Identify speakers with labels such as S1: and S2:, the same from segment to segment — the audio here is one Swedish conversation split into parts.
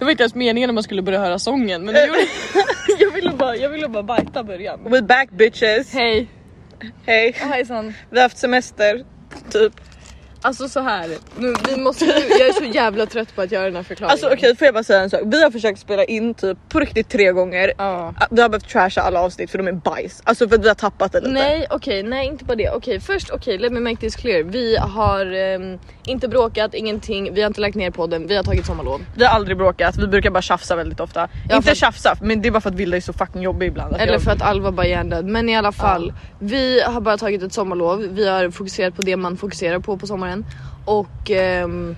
S1: var inte ens meningen när man skulle börja höra sången men det gjorde... jag ville bara, jag ville bara bajta början.
S2: We back bitches!
S1: Hej!
S2: Hej!
S1: Hejsan!
S2: Vi har haft semester, typ.
S1: Alltså så här. Nu, vi måste, jag är så jävla trött på att göra den här förklaringen.
S2: Alltså okej får jag bara säga en sak, vi har försökt spela in typ på riktigt tre gånger. Ah,
S1: Ja.
S2: Vi har behövt trasha alla avsnitt för de är bajs, alltså för att vi har tappat det lite.
S1: Nej okej, nej inte på det. Okej först okej, let me make this clear. Vi har ehm, inte bråkat, ingenting, vi har inte lagt ner podden, vi har tagit sommarlov.
S2: Vi har aldrig bråkat, vi brukar bara tjafsa väldigt ofta.
S1: Ja,
S2: inte
S1: för-
S2: tjafsa, men det är bara för att Vilda är så fucking jobbig ibland. att
S1: Eller
S2: jag-
S1: för att Alva bara är hjärndöd. Men i alla fall, vi har bara tagit ett sommarlov. Vi har fokuserat på det man fokuserar på på sommaren. Och, ehm,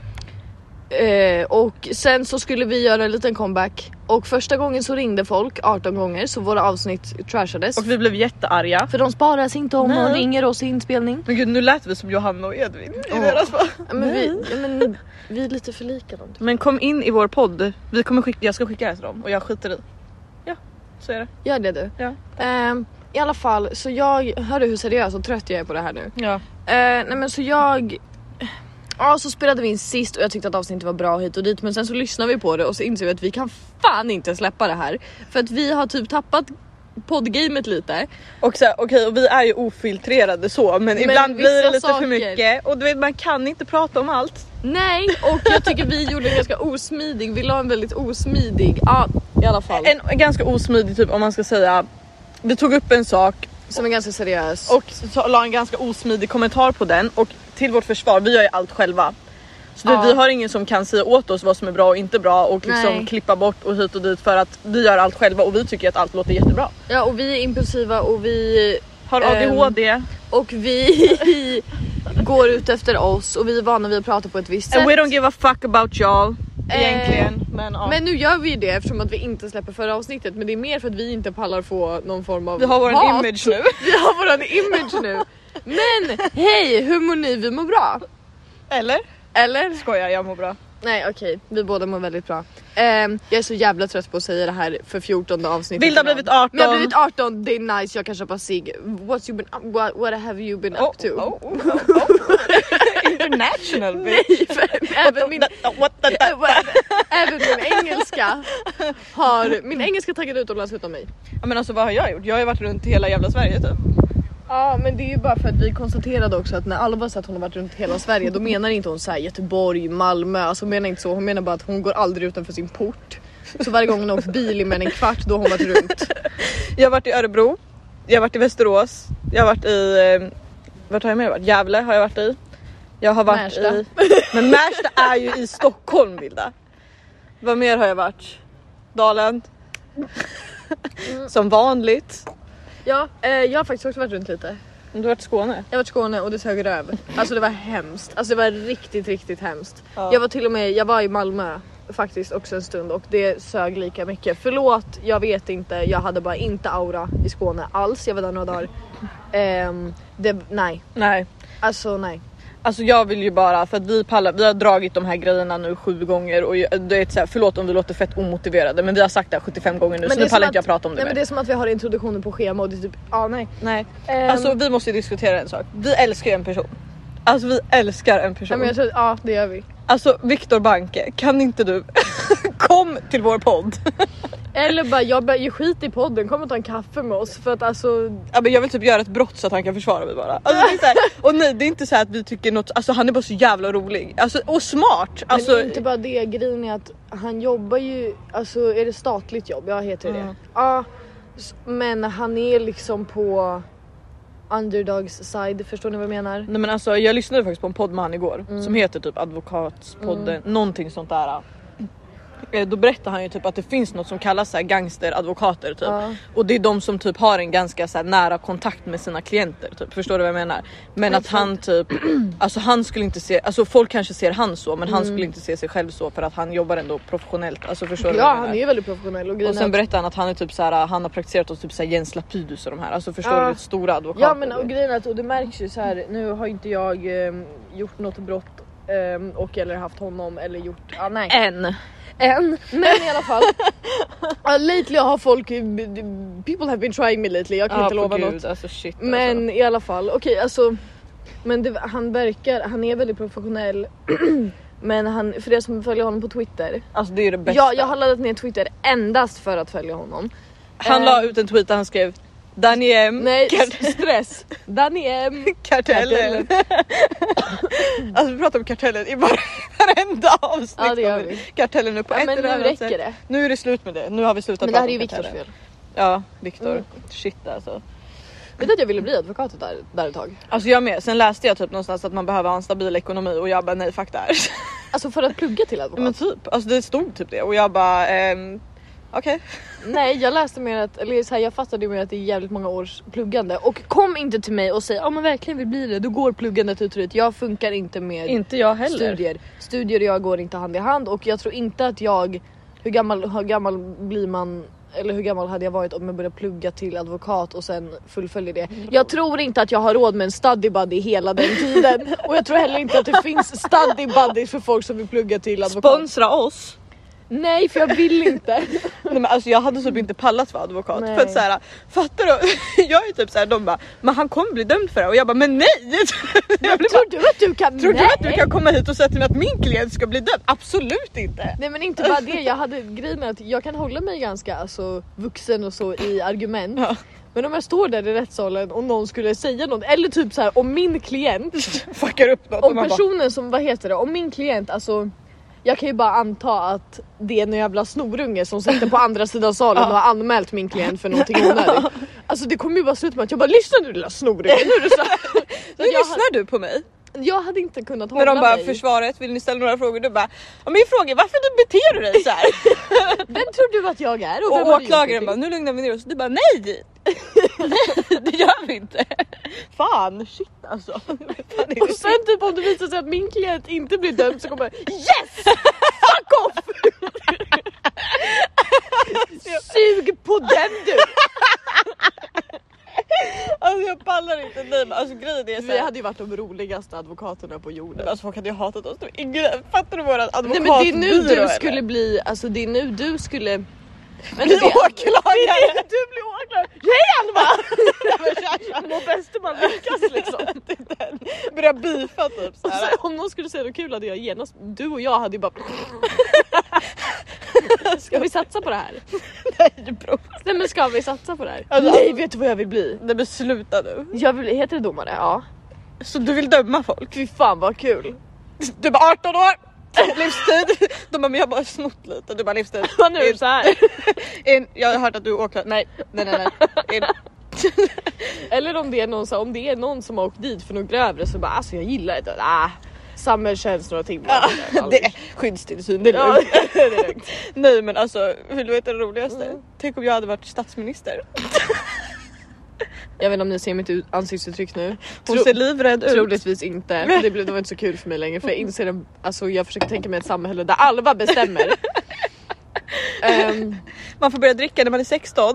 S1: eh, och sen så skulle vi göra en liten comeback. Och första gången så ringde folk 18 gånger så våra avsnitt trashades.
S2: Och vi blev jättearga.
S1: För de sparas inte om
S2: Nej.
S1: de ringer oss i inspelning.
S2: Men gud nu lät vi som Johanna och Edvin i
S1: Ja.
S2: deras fall.
S1: Ja, Men vi, ja, men vi är lite för lika dem. typ.
S2: Men kom in i vår podd, vi kommer skicka, jag ska skicka det här till dem och jag skiter i. Ja, så är det.
S1: Gör det du.
S2: Ja.
S1: Ehm, I alla fall, så jag... Hör du hur seriös och trött jag är på det här nu?
S2: Ja.
S1: Eh, nej men så jag... Ja så spelade vi in sist och jag tyckte att avsnittet var bra hit och dit men sen så lyssnade vi på det och så insåg vi att vi kan fan inte släppa det här. För att vi har typ tappat poddgamet lite.
S2: Och så här, okej och vi är ju ofiltrerade så men, ibland blir
S1: vissa
S2: det lite
S1: saker-
S2: för mycket och du vet man kan inte prata om allt.
S1: Nej och jag tycker vi gjorde en ganska osmidig, vi la en väldigt osmidig, ja i alla fall.
S2: En ganska osmidig typ om man ska säga. Vi tog upp en sak
S1: som är ganska seriös.
S2: och så la en ganska osmidig kommentar på den och till vårt försvar, vi gör ju allt själva. Så
S1: Ja.
S2: vi, vi har ingen som kan säga åt oss vad som är bra och inte bra och liksom
S1: Nej.
S2: klippa bort och hit och dit för att vi gör allt själva och vi tycker att allt låter jättebra.
S1: ja och vi är impulsiva och vi
S2: Har
S1: Ehm,
S2: ADHD.
S1: och vi går ut efter oss och vi är vana vid att prata på ett visst sätt.
S2: And we don't give a fuck about y'all.
S1: Eh,
S2: Egentligen. Men, ja.
S1: Men nu gör vi ju det eftersom att vi inte släpper förra avsnittet men det är mer för att vi inte pallar få någon form av
S2: vi har vår
S1: hat.
S2: image nu.
S1: Vi har våran image nu. Men hej, hur mår ni? Vi mår bra.
S2: Eller?
S1: Eller?
S2: Skojar jag mår bra.
S1: Nej okej, vi båda mår väldigt bra. Ehm, jag är så jävla trött på att säga det här för 14 avsnittet.
S2: Vilda har
S1: i rad.
S2: blivit 18.
S1: Men jag har blivit 18, det är nice, jag kan köpa cigg. What's you been, what, what have you been
S2: Oh,
S1: up to?
S2: oh, oh, oh, oh. International bitch.
S1: Nej, för även min
S2: What the,
S1: Ä- ä- Även min engelska har, min engelska taggade utomlands utom mig.
S2: Ja, men alltså vad har jag gjort? Jag har ju varit runt i hela jävla Sverige typ.
S1: Ja men det är ju bara för att vi konstaterade också att när Alva sa att hon har varit runt hela Sverige då menar inte hon så här Göteborg, Malmö, alltså hon menar inte så, hon menar bara att hon går aldrig utanför sin port. Så varje gång hon har åkt bil i mer än en kvart då har hon varit runt.
S2: Jag har varit i Örebro, jag har varit i Västerås, jag har varit i... Eh, vart har jag mer varit? Gävle har jag varit i. Jag har varit
S1: Märsta.
S2: i... Men Märsta är ju i Stockholm Vilda. Vad mer har jag varit? Dalen. Som vanligt.
S1: Ja, eh, jag har faktiskt också varit runt lite.
S2: Du har varit i Skåne.
S1: Jag har varit i Skåne och det sög röv. Alltså det var hemskt, alltså det var riktigt riktigt hemskt.
S2: Ja.
S1: Jag var till och med, jag var i Malmö faktiskt också en stund och det sög lika mycket. Förlåt, jag vet inte, jag hade bara inte aura i Skåne alls, jag var där några dagar. Ehm, det, nej,
S2: Nej,
S1: alltså nej.
S2: Alltså jag vill ju bara för att vi pallar, vi har dragit de här grejerna nu sju gånger och jag, det är ett så här, förlåt om vi låter fett omotiverade men vi har sagt det här 75 gånger nu så
S1: det
S2: nu
S1: är som
S2: pallar inte
S1: att-
S2: jag prata om det
S1: nej,
S2: mer.
S1: men Det är som att vi har introduktionen på schema och det är typ, ja ah, nej.
S2: Nej.
S1: Ehm,
S2: Alltså vi måste ju diskutera en sak. Vi älskar ju en person. Alltså vi älskar en
S1: nej,
S2: person.
S1: men jag tror, ja ah, det gör vi.
S2: Alltså Viktor Banke, kan inte du kom till vår podd?
S1: Eller bara, jag bara, ge skit i podden, kom och ta en kaffe med oss för att alltså
S2: Ja, men jag vill typ göra ett brott så att han kan försvara mig bara. Alltså, det är så här, och nej det är inte så här att vi tycker något, alltså han är bara så jävla rolig. Alltså, och smart. Alltså,
S1: men inte bara det, grejen är att han jobbar ju, alltså är det statligt jobb? Ja heter det
S2: Mm.
S1: det Ja, s- men han är liksom på underdogs side, förstår ni vad jag menar?
S2: Nej men alltså jag lyssnade faktiskt på en podd med han igår
S1: Mm.
S2: som heter typ advokatspodden, någonting sånt där. Eh, Då berättar han ju typ att det finns något som kallas så här gangsteradvokater typ
S1: Ja.
S2: och det är de som typ har en ganska så här nära kontakt med sina klienter. Typ. Förstår du vad jag menar? Men att han typ, alltså han skulle inte se, alltså folk kanske ser han så men
S1: Mm.
S2: han skulle inte se sig själv så för att han jobbar ändå professionellt. Alltså förstår du
S1: Ja
S2: vad jag menar?
S1: han är ju väldigt professionell och
S2: Och
S1: grejen är
S2: sen
S1: att-
S2: berättar han att han är typ så här, han har praktiserat hos typ så här Jens Lapidus och de här, alltså förstår
S1: Ja.
S2: du? Stora advokater.
S1: Ja men och grejen är att och det märks ju så här. nu har inte jag ehm, gjort något brott ehm, och eller haft honom eller gjort, ja nej.
S2: en.
S1: Än, men i alla fall. Ja, lately har folk, eh, people have been trying me lately, jag kan inte
S2: Ja, på
S1: lova
S2: gud,
S1: något.
S2: Alltså, shit,
S1: Men
S2: alltså.
S1: i alla fall, okej alltså. Men det, han verkar, han är väldigt professionell. Men han, för er som följer honom på Twitter.
S2: Alltså det är det bästa.
S1: Ja, jag har laddat ner Twitter endast för att följa honom.
S2: Han
S1: Eh.
S2: la ut en tweet där han skrev Danny M,
S1: Nej,
S2: kart-
S1: stress. Danny M.
S2: kartellen. alltså vi pratar om kartellen i var- varenda avsnitt.
S1: Ja, det gör
S2: kommer
S1: vi.
S2: Kartellen nu på
S1: Ja,
S2: ett
S1: men
S2: eller
S1: nu
S2: annat
S1: räcker
S2: sätt.
S1: det.
S2: Nu är det slut med det. Nu har vi slutat
S1: Men det här är
S2: prata
S1: ju
S2: om
S1: Viktors
S2: kartellen.
S1: fel.
S2: Ja, Viktor.
S1: Mm.
S2: Shit alltså.
S1: Vet du att jag ville bli advokat där, där ett tag?
S2: Alltså jag med. Sen läste jag typ någonstans att man behöver ha en stabil ekonomi och jag bara nej fuck det här.
S1: Alltså för att plugga till advokat.
S2: Men typ, alltså det stod typ det och jag bara ehm, okej.
S1: Nej jag läste mer att, eller så här, jag fattade ju mer att det är jävligt många års pluggande och kom inte till mig och säg om man verkligen vill bli det då går pluggandet ut och ut. Jag funkar inte med
S2: Inte jag
S1: studier. Studier och jag går inte hand i hand och jag tror inte att jag, hur gammal, hur gammal blir man eller hur gammal hade jag varit om jag började plugga till advokat och sen fullföljer det? Jag tror inte att jag har råd med en study buddy hela den tiden och jag tror heller inte att det finns study buddies för folk som vill plugga till advokat.
S2: Sponsra oss.
S1: Nej för jag vill inte.
S2: Nej, men alltså jag hade typ inte pallat vara advokat
S1: Nej.
S2: för att såhär, fattar du? Jag är typ såhär, de bara men han kommer bli dömd för det och jag bara men nej! Jag blir bara,
S1: Tror du att du kan?
S2: Tror du
S1: Nej.
S2: att du kan komma hit och säga till mig att min klient ska bli dömd? Absolut inte!
S1: Nej men inte bara det, jag hade grejen är att jag kan hålla mig ganska alltså, vuxen och så i argument.
S2: Ja.
S1: Men om jag står där i rättssalen och någon skulle säga något, eller typ så här om min klient,
S2: Fuckar upp något och
S1: om
S2: man bara,
S1: personen som, vad heter det, om min klient alltså jag kan ju bara anta att det är en jävla snorunge som sitter på andra sidan salen och har anmält min klient för någonting onödigt. Alltså det kommer ju bara sluta med att jag bara lyssna nu lilla snorunge. Nu är det så här. Så
S2: nu
S1: att jag,
S2: lyssnar du på mig.
S1: hade- jag hade inte kunnat hålla
S2: När de bara
S1: mig.
S2: försvaret vill ni ställa några frågor? Du bara "Ja, min fråga är varför du beter du dig såhär?
S1: Vem tror du att jag är? vem
S2: Och
S1: har du gjort det
S2: åklagaren
S1: till?
S2: bara nu lugnar vi ner oss. Du bara nej! nej det gör vi inte. Fan shit alltså. Fan, är det
S1: Och sen typ om det visar sig att min klient inte blir dömd så kommer jag yes! Fuck off! Sug på den du!
S2: Alltså jag pallar inte nej men alltså grejen är
S1: Vi
S2: såhär.
S1: hade ju varit de roligaste advokaterna på jorden.
S2: Alltså folk hade ju hatat oss. De- ingen- Fattar du våran
S1: Nej men det är
S2: advokatbyrå
S1: nu du
S2: eller?
S1: skulle bli, alltså det är nu du skulle... Men
S2: bli åklagare!
S1: Du blir åklagare! Hej Alma! Må bäste man lyckas liksom.
S2: Börja beefa typ
S1: Och
S2: såhär.
S1: sen, om någon skulle säga något kul hade jag genast, du och jag hade ju bara... Ska vi satsa på det här?
S2: Nej bror.
S1: Nej men ska vi satsa på det här?
S2: Alltså-
S1: Nej vet du vad jag vill bli?
S2: Nej men sluta nu.
S1: Jag vill, heter det domare? Ja.
S2: Så du vill döma folk?
S1: Fy fan vad kul.
S2: Du bara 18 år! Livstid! De bara men jag har bara snott lite. Du bara livstid.
S1: Vad nu
S2: In,
S1: så här.
S2: in. Jag har hört att du är åklagare. Nej nej nej. nej. In.
S1: Eller om det är någon, så här, om det är någon som har åkt dit för något grövre så bara alltså jag gillar inte det. Ah, samhällstjänst några timmar. Alltså.
S2: Det är skyddstillsyn, det är
S1: Ja,
S2: lugnt.
S1: det är lugnt.
S2: Nej men alltså, vill du veta det roligaste?
S1: Mm.
S2: Tänk om jag hade varit statsminister.
S1: Jag vet inte om ni ser mitt ut- ansiktsuttryck nu.
S2: Hon
S1: Tro-
S2: ser livrädd ut.
S1: Troligtvis inte, för det, blev, det var inte så kul för mig längre för jag inser en, alltså jag försöker tänka mig ett samhälle där alla bestämmer. Ehm,
S2: Man får börja dricka när man är 16.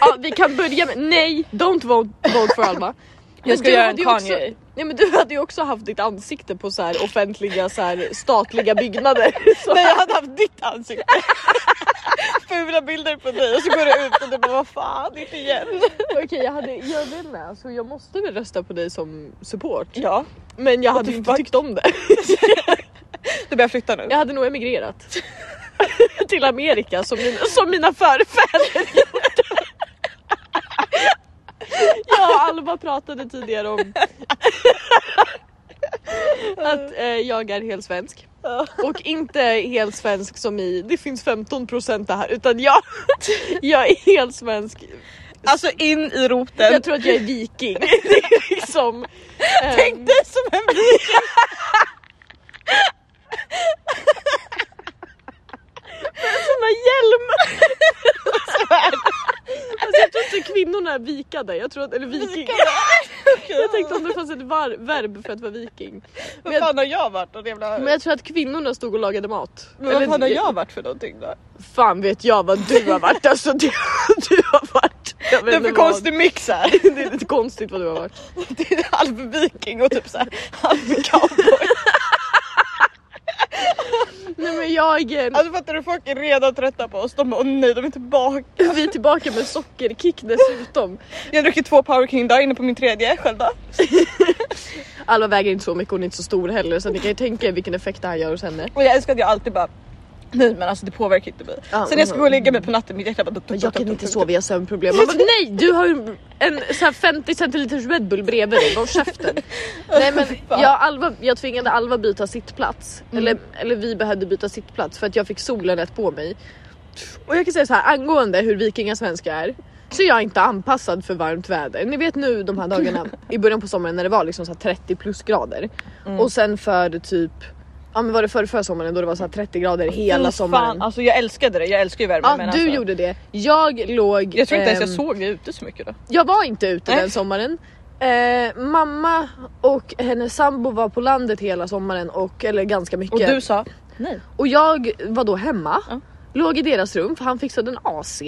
S1: Ja, vi kan börja med nej, don't vote, vote for Alma. Men
S2: ska
S1: du
S2: göra
S1: hade
S2: en
S1: ju också-
S2: Kanye.
S1: Nej men du hade ju också haft ditt ansikte på så här offentliga så här statliga byggnader. Så.
S2: Nej jag hade haft ditt ansikte. Fula bilder på dig och så går du ut och du bara vad fan inte igen.
S1: Okej jag hade, jag vet inte, alltså, jag måste väl rösta på dig som support.
S2: Ja,
S1: Men jag hade ju inte tyckt om det.
S2: du börjar flytta nu.
S1: Jag hade nog emigrerat. Till Amerika som, min, som mina förfäder gjorde. Jag och Alma pratade tidigare om att eh, jag är helt svensk.
S2: Ja.
S1: Och inte helt svensk som i det finns 15% det här utan jag, jag är helt svensk.
S2: Alltså in i roten.
S1: Jag tror att jag är viking. Det är liksom, ehm,
S2: Tänk dig som en viking.
S1: såna hjälm! alltså, jag tror inte kvinnorna är vikade, jag tror att, eller viking. Jag tänkte om det fanns ett var- verb för att vara viking. Men
S2: Vad
S1: jag,
S2: fan har jag varit? Någon jävla...
S1: men jag tror att kvinnorna stod och lagade mat.
S2: Men vad fan har jag varit för någonting då?
S1: Fan vet jag vad du har varit alltså. Du, du har varit... Jag vet
S2: Du är
S1: inte
S2: för
S1: vad.
S2: konstig mix här.
S1: Det är lite konstigt vad du har varit.
S2: Det är halv viking och typ såhär halv cowboy.
S1: Nej men jag... eh,
S2: Alltså fattar du folk är redan trötta på oss. De bara åh nej de är tillbaka.
S1: Vi är tillbaka med sockerkick dessutom.
S2: Jag har druckit två power king dagar inne på min tredje själv då.
S1: Alva väger inte så mycket, hon är inte så stor heller så ni kan ju tänka er vilken effekt det här gör eh, hos henne.
S2: Och jag älskar att jag alltid bara Nej men alltså det påverkar inte mig.
S1: Ja,
S2: Sen när jag ska
S1: men-
S2: gå och lägga mig på natten mitt hjärta bara...
S1: Men Jag kan inte sova, jag har sömnproblem. Man bara, nej du har ju en så här 50 centiliters Red Bull bredvid dig, håll käften. Nej men jag, Alva, jag tvingade Alva byta sittplats. Eller, eller vi behövde byta sittplats för att jag fick solen rätt på mig. Och jag kan säga så här angående hur vikingasvenska är. Så jag är inte anpassad för varmt väder. Ni vet nu de här dagarna i början på sommaren när det var liksom så här 30 plus grader. Och sen för typ, ja men var det förra, förra sommaren då det var så här 30 grader hela sommaren.
S2: Fan, alltså jag älskade det, jag älskar ju värme.
S1: Ja, du
S2: men alltså,
S1: gjorde det. Jag låg...
S2: Jag tror inte ens jag
S1: ehm,
S2: såg dig ute så mycket då.
S1: jag var inte ute
S2: Nej.
S1: den sommaren. Eh, mamma och hennes sambo var på landet hela sommaren och eller ganska mycket.
S2: Och du sa nej.
S1: Och jag var då hemma,
S2: Ja. Mm.
S1: låg i deras rum för han fixade en AC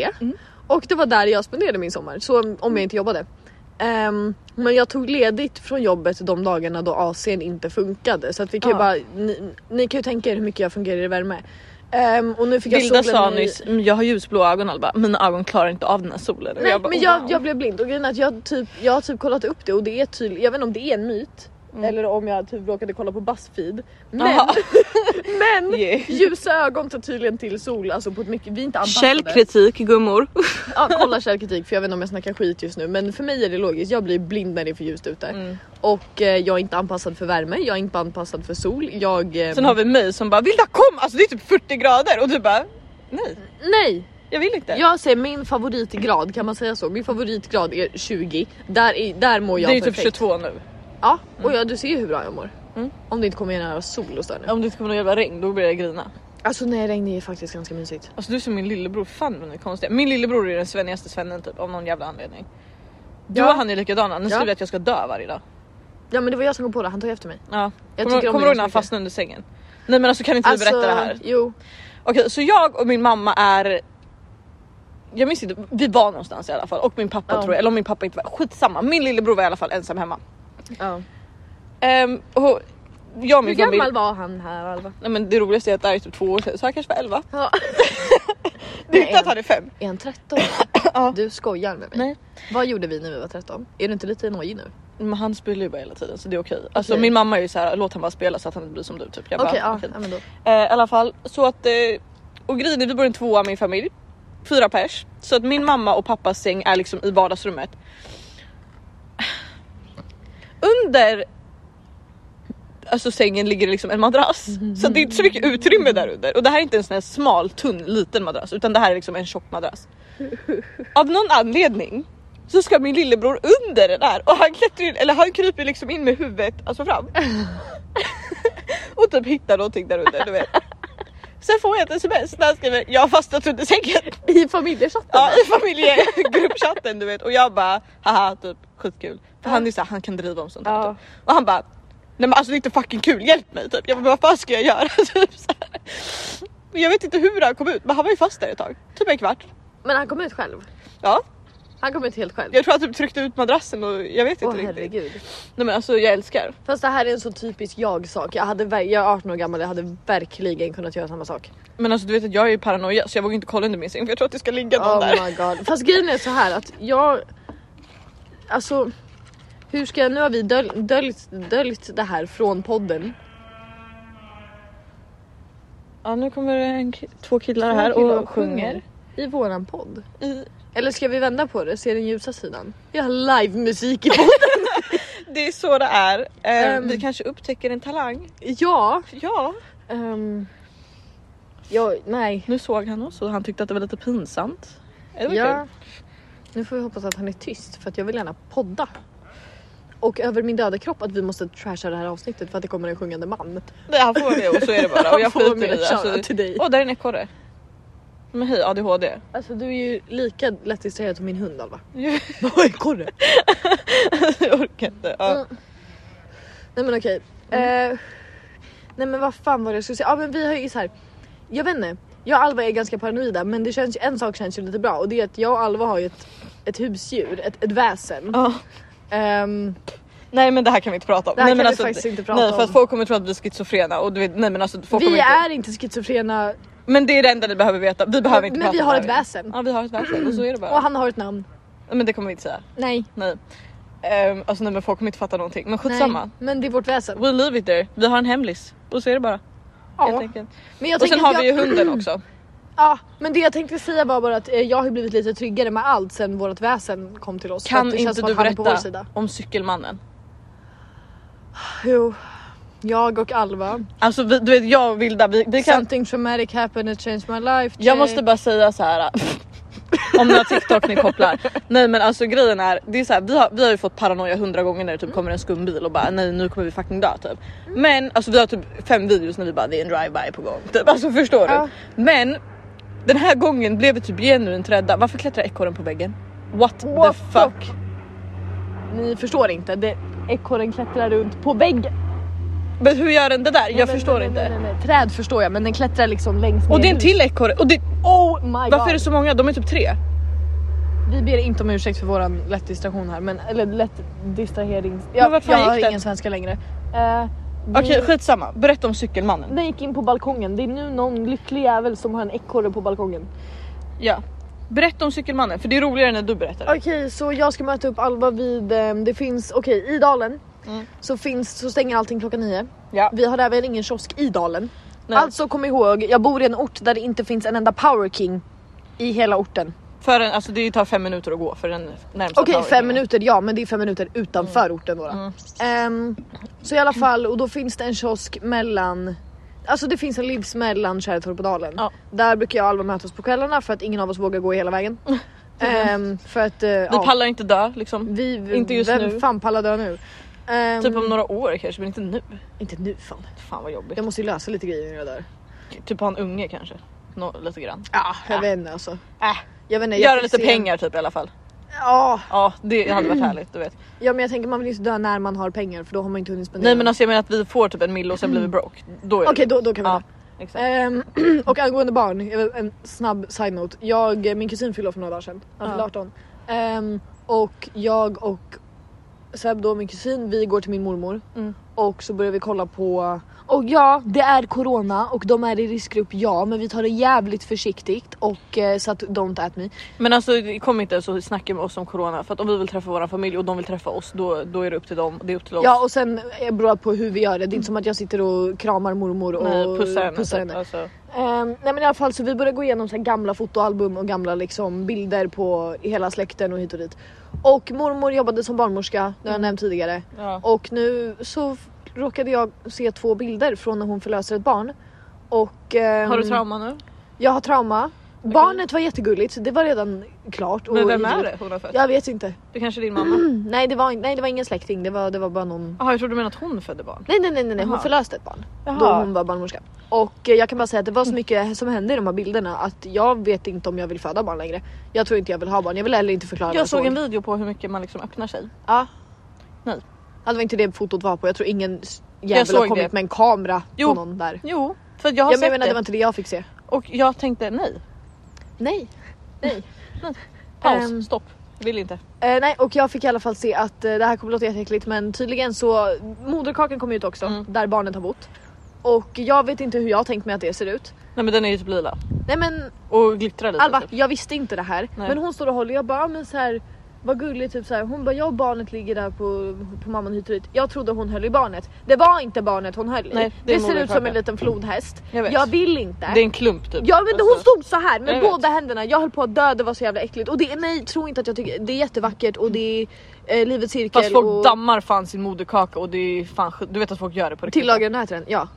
S1: och det var där jag spenderade min sommar. Så om jag inte jobbade. Ehm, men jag tog ledigt från jobbet de dagarna då ACn inte funkade så att vi kan ju
S2: Ja.
S1: bara, ni, ni kan ju tänka er hur mycket jag fungerar i värme. Ehm, och nu fick
S2: Vilda
S1: jag solen
S2: sa
S1: i-
S2: nyss "Mm, jag har ljusblå ögon Alba, mina ögon klarar inte av den här solen. Och
S1: Nej
S2: bara,
S1: men
S2: "Oh,
S1: jag,
S2: wow."
S1: jag blev blind och grejen är att jag, typ, jag har typ kollat upp det och det är tydligt, jag vet inte om det är en myt
S2: Mm.
S1: eller om jag typ råkade kolla på Buzzfeed. Men,
S2: Jaha.
S1: men
S2: Yeah.
S1: ljusa ögon tar tydligen till sol alltså på ett mycket, vi är inte anpassade.
S2: Källkritik gummor.
S1: Ja, kolla källkritik för jag vet inte om jag snackar skit just nu men för mig är det logiskt, jag blir blind när det är för ljust ute.
S2: Mm.
S1: Och eh, jag är inte anpassad för värme, jag är inte anpassad för sol, jag... Eh,
S2: Sen har vi mig som bara Vilda kom! Alltså det är typ 40 grader och du bara nej
S1: Nej!
S2: jag vill inte.
S1: Jag säger min favoritgrad, kan man säga så? Min favoritgrad är 20, där, är, där mår
S2: det
S1: jag
S2: är ju typ
S1: perfekt.
S2: 22 nu.
S1: Ja, och ja, du ser ju hur bra jag mår.
S2: Mm.
S1: Om det inte kommer en jävla sol och stör nu.
S2: Om det inte kommer någon jävla regn då börjar jag grina.
S1: Alltså nej, regn är faktiskt ganska mysigt.
S2: Alltså du är som min lillebror, fan vad ni är konstiga. Min lillebror är den svennigaste svennen typ av någon jävla anledning. Du
S1: Ja.
S2: och han är likadana, ni
S1: Ja.
S2: skriver att jag ska dö varje dag.
S1: Ja men det var jag som kom på det, han tog efter mig.
S2: Ja.
S1: Jag
S2: Kommer
S1: tycker om det
S2: kommer du ihåg när han
S1: ganska mycket.
S2: fastnade under sängen? Nej men alltså kan inte vi berätta det här?
S1: Jo.
S2: Okej så jag och min mamma är jag minns inte, vi var någonstans i alla fall och min pappa
S1: Ja.
S2: tror jag, eller om min pappa inte var, skitsamma. Min lillebror var i alla fall ensam hemma.
S1: Ja.
S2: Ehm, och jag och
S1: Hur
S2: min familj,
S1: gammal var han här Alva?
S2: nej, men det roligaste är att det här är typ två år sedan så han kanske var 11.
S1: Ja.
S2: Det är
S1: Nej,
S2: inte att han är fem.
S1: Är han 13?
S2: Ja.
S1: Du skojar med mig.
S2: Nej.
S1: Vad gjorde vi när vi var 13? Är du inte lite nojig nu?
S2: Men han spelar ju bara hela tiden så det är okej. Alltså
S1: Okej.
S2: min mamma är ju så här låt han bara spela så att han inte blir som du typ. Jag
S1: Okej,
S2: bara,
S1: ja,
S2: okej.
S1: ja men då.
S2: Eh, I alla fall så att eh, och grejen är vi bor i en tvåa min familj. Fyra pers så att min mamma och pappas säng är liksom i vardagsrummet. Under alltså sängen ligger det liksom en madrass så att det är inte så mycket utrymme där under och det här är inte en sån här smal tunn liten madrass utan det här är liksom en tjock madrass. Av någon anledning så ska min lillebror under det där och han klättrar in, eller han kryper liksom in med huvudet alltså fram och typ hittar någonting där under du vet. Sen får jag ett sms där han skriver jag har fastnat under sängen
S1: I familjechatten?
S2: ja, i familjegruppchatten du vet och jag bara haha typ skitkul. För han är såhär han kan driva om sånt här,
S1: Ja.
S2: typ. Och han bara nej men alltså det är inte fucking kul hjälp mig typ. Jag bara vad fan ska jag göra? typ så här. Och Jag vet inte hur han kom ut men han var ju fast där ett tag. Typ en kvart.
S1: Men han kom ut själv?
S2: Ja,
S1: Han kom ut helt själv?
S2: jag tror han typ tryckte ut madrassen och jag vet inte
S1: Åh
S2: riktigt.
S1: herregud.
S2: Nej men alltså jag älskar.
S1: Fast det här är en så typisk jag-sak. Jag, hade, ver- jag är 18 år gammal, jag hade verkligen kunnat göra samma sak.
S2: Men alltså du vet att jag är ju paranoia så jag vågar inte kolla under min säng för jag tror att det ska ligga någon där.
S1: Oh my god. Fast grejen är så här att jag... Alltså... Hur ska jag... Nu har vi döl, döljt, döljt det här från podden.
S2: Ja nu kommer en, ki- två killar här
S1: Två killar
S2: och sjunger.
S1: I våran podd.
S2: I,
S1: Eller ska vi vända på det? Se den ljusa sidan. Vi har livemusik i podden.
S2: det är så det är. Eh,
S1: Ehm.
S2: Vi kanske upptäcker en talang.
S1: ja.
S2: Ja.
S1: ehm, ja, nej.
S2: Nu såg han oss och han tyckte att det var lite pinsamt. Det var
S1: Ja.
S2: kul.
S1: Nu får vi hoppas att han är tyst för att jag vill gärna podda. Och över min döda kropp att vi måste trasha det här avsnittet för att det kommer en sjungande man.
S2: Det här får vi och så är det bara. Och
S1: Han
S2: jag
S1: får
S2: skiter
S1: mer
S2: i det.
S1: shout-out till dig.
S2: Åh där är en ekorre. Men hej ADHD.
S1: Alltså du är ju lika lätt distraherad som min hund Alva.
S2: Jag
S1: Vad är korre?
S2: orkar inte. Ja. Mm.
S1: Mm. Nej men okej. Eh, nej men vad fan var det jag skulle säga? Ja men vi har ju så här. Jag vet inte. Jag och Alva är ganska paranoida men det känns, ju- en sak känns ju lite bra och det är att jag och Alva har ju ett, ett husdjur, ett, ett väsen.
S2: Ja.
S1: Ehm,
S2: Nej men det här kan vi inte prata om.
S1: Det här
S2: nej,
S1: kan
S2: men
S1: vi
S2: alltså,
S1: faktiskt inte prata
S2: nej, för
S1: om.
S2: att folk kommer tro att vi är schizofrena och du vet, nej men alltså folk
S1: vi
S2: kommer inte...
S1: är inte schizofrena
S2: Men det är det enda ni behöver veta. Vi behöver inte
S1: men
S2: prata
S1: vi
S2: om
S1: har
S2: det
S1: ett
S2: här.
S1: väsen.
S2: Ja vi har ett väsen och så är det bara.
S1: och han har ett namn.
S2: Men det kommer vi inte säga.
S1: Nej.
S2: Nej. Ehm, alltså nej men folk kommer inte fatta någonting men skitsamma.
S1: men det är vårt väsen.
S2: We'll leave it there. Vi har en hemlis och så är det bara. Helt enkelt.
S1: Men jag
S2: Och sen
S1: tänker
S2: har
S1: att
S2: vi ju
S1: jag,
S2: hunden också.
S1: Ja, men det jag tänkte säga var bara att eh, jag har blivit lite tryggare med allt sen vårt väsen kom till oss. För att
S2: Kan
S1: det känns
S2: inte
S1: som
S2: du
S1: att han är på vår
S2: berätta
S1: sida.
S2: om cykelmannen?
S1: Jo, jag och Alva.
S2: Alltså vi, du vet jag och Vilda vi, vi kan
S1: Something traumatic happened that changed my life.
S2: Jag
S1: Jay.
S2: måste bara säga så här. Eh. äh, Om några TikTok ni kopplar. Nej men alltså grejen är, det är så här, vi, har, vi har ju fått paranoia hundra gånger när det typ kommer en skum bil och bara nej nu kommer vi fucking dö typ. Men alltså vi har typ fem videos när vi bara det är en drive-by på gång. Typ. Alltså förstår
S1: Ja.
S2: du? Men den här gången blev vi typ genuint rädda. Varför klättrar ekorren på väggen? What,
S1: What the
S2: the fuck?
S1: Ni förstår inte, det, ekorren klättrar runt på väggen.
S2: Men hur gör den det där? Jag
S1: Nej,
S2: förstår
S1: nej,
S2: inte.
S1: Nej, nej, nej. Träd förstår jag men den klättrar liksom längst
S2: Och
S1: ner
S2: det är
S1: i
S2: en till ekorre. Och det,
S1: Oh my god.
S2: varför är det så många? De är typ tre.
S1: Vi ber inte om ursäkt för våran lätt distraktion här, men eller lätt distrahering.
S2: Men vart fan
S1: jag
S2: gick
S1: har
S2: den?
S1: ingen svenska längre. Eh, vi-
S2: Okej skitsamma, berätta om cykelmannen.
S1: Den gick in på balkongen. Det är nu någon lycklig jävel som har en ekorre på balkongen.
S2: Ja. Berätta om cykelmannen för det är roligare när du berättar.
S1: Okej, så jag ska möta upp Alva vid, eh, det finns, okej i dalen
S2: Mm.
S1: så, finns, så stänger allting klockan nio.
S2: Ja.
S1: Vi har även ingen kiosk i dalen.
S2: Nej.
S1: Alltså kom ihåg, jag bor i en ort där det inte finns en enda power king i hela orten.
S2: För en, alltså det tar fem minuter att gå för den närmsta
S1: Okej
S2: powerhingen.
S1: fem minuter ja men det är fem minuter utanför orten då. då.
S2: Mm.
S1: Ehm, så i alla fall och då finns det en kiosk mellan Alltså det finns en livs mellan Kärrtorp och Dalen.
S2: Ja.
S1: Där brukar jag och Alva mötas på kvällarna för att ingen av oss vågar gå hela vägen. Ehm, för att eh,
S2: Vi
S1: ja, Mm.
S2: pallar inte dö liksom.
S1: vi,
S2: inte just
S1: vem
S2: nu.
S1: fan pallar dö nu? Ehm,
S2: Typ om några år kanske men inte nu.
S1: Inte nu fan.
S2: Fan vad jobbigt.
S1: Jag måste ju lösa lite grejer när jag dör.
S2: Typ ha en unge kanske. Nå, lite grann.
S1: Ja, jag vet inte alltså.
S2: Äh.
S1: Jag vet inte, jag
S2: Ah, Göra
S1: fick
S2: lite
S1: se- Mm.
S2: pengar typ i alla fall.
S1: Ja,
S2: Ja det hade varit härligt du vet.
S1: ja men jag tänker man vill ju inte dö när man har pengar för då har man inte hunnit spendera.
S2: Nej men alltså jag menar att vi får typ en mille och sen blir vi broke. Då är det-
S1: Mm. Okej då, då kan vi dö.
S2: Ja, exakt.
S1: Ehm, och angående barn, jag vill- en snabb side-note. Jag, min kusin fyllde år för några dagar sedan, han
S2: Ja.
S1: fyllde 18. Ehm, och jag och Seb då, min kusin, vi går till min mormor.
S2: Mm.
S1: Och så börjar vi kolla på, och ja det är corona och de är i riskgrupp ja men vi tar det jävligt försiktigt och eh, så att don't at me.
S2: Men alltså kom inte så snacka med oss om corona för att om vi vill träffa vår familj och de vill träffa oss då, då är det upp till dem. Det är upp till oss.
S1: Ja och sen eh, beror det på hur vi gör det, det är inte som att jag sitter och kramar mormor och
S2: Mm. Nej, pussar henne. typ. Alltså.
S1: Ehm, nej men i alla fall så vi började gå igenom så här gamla fotoalbum och gamla liksom bilder på hela släkten och hit och dit. Och mormor jobbade som barnmorska, det har
S2: Mm.
S1: jag nämnt tidigare.
S2: Ja.
S1: Och nu så f- råkade jag se två bilder från när hon förlöser ett barn. Och, ehm,
S2: Har du trauma nu?
S1: Jag har trauma. Barnet var jättegulligt, det var redan klart. och
S2: Men vem
S1: hit och
S2: är
S1: dit.
S2: det hon har fött?
S1: Jag vet inte.
S2: Det kanske är din mamma?
S1: Mm, nej, det var, in- nej det var ingen släkting, det var, det var bara någon...
S2: Jaha jag trodde du menade att hon födde barn.
S1: Nej nej nej, nej, nej. hon
S2: Jaha.
S1: förlöste ett barn. då
S2: Jaha.
S1: hon var barnmorska. Och eh, jag kan bara säga att det var så mycket som hände i de här bilderna att jag vet inte om jag vill föda barn längre. Jag tror inte jag vill ha barn, jag vill heller inte förklara vad
S2: Jag såg en
S1: Ja,
S2: video på hur mycket man liksom öppnar sig. Nej.
S1: Ja, det var inte det fotot var på. Jag tror ingen s-
S2: Jag
S1: jävel
S2: såg
S1: har kommit
S2: det.
S1: med en kamera på
S2: Jo.
S1: någon där.
S2: Jo, för jag har
S1: Jag
S2: sett
S1: menar det
S2: det
S1: var inte det jag fick se.
S2: och jag tänkte nej.
S1: Nej.
S2: Paus,
S1: Ehm.
S2: stopp. Vill inte.
S1: Eh, nej och jag fick i alla fall se att eh, det här kommer låta jätteäckligt men tydligen så moderkakan kom ut också
S2: Mm.
S1: där barnet har bott. Och jag vet inte hur jag har tänkt mig att det ser ut.
S2: Nej men den är ju typ lila
S1: Nej men
S2: och glittrar lite.
S1: Alva,
S2: typ.
S1: jag visste inte det här.
S2: Nej.
S1: Men hon står och håller, jag bara, ah, men så här, vad gulligt typ så här. Hon bara, jag och barnet ligger där på, på mamman hit och dit. Jag trodde hon höll i barnet. Det var inte barnet hon höll i.
S2: Nej,
S1: det
S2: det är
S1: ser ut som
S2: moderkakan.
S1: en liten flodhäst.
S2: Jag vet.
S1: vill inte.
S2: Det är en klump typ.
S1: Ja men hon
S2: Alltså,
S1: stod så här med
S2: Jag vet.
S1: båda händerna, jag höll på att dö, det var så jävla äckligt. Och det, nej tro inte att jag tycker, det är jättevackert och det är eh, livets cirkel
S2: Fast folk
S1: och
S2: dammar fan sin moderkaka och det är fan sjukt. Du vet att folk gör det på riktigt.
S1: tillagar nöten, ja.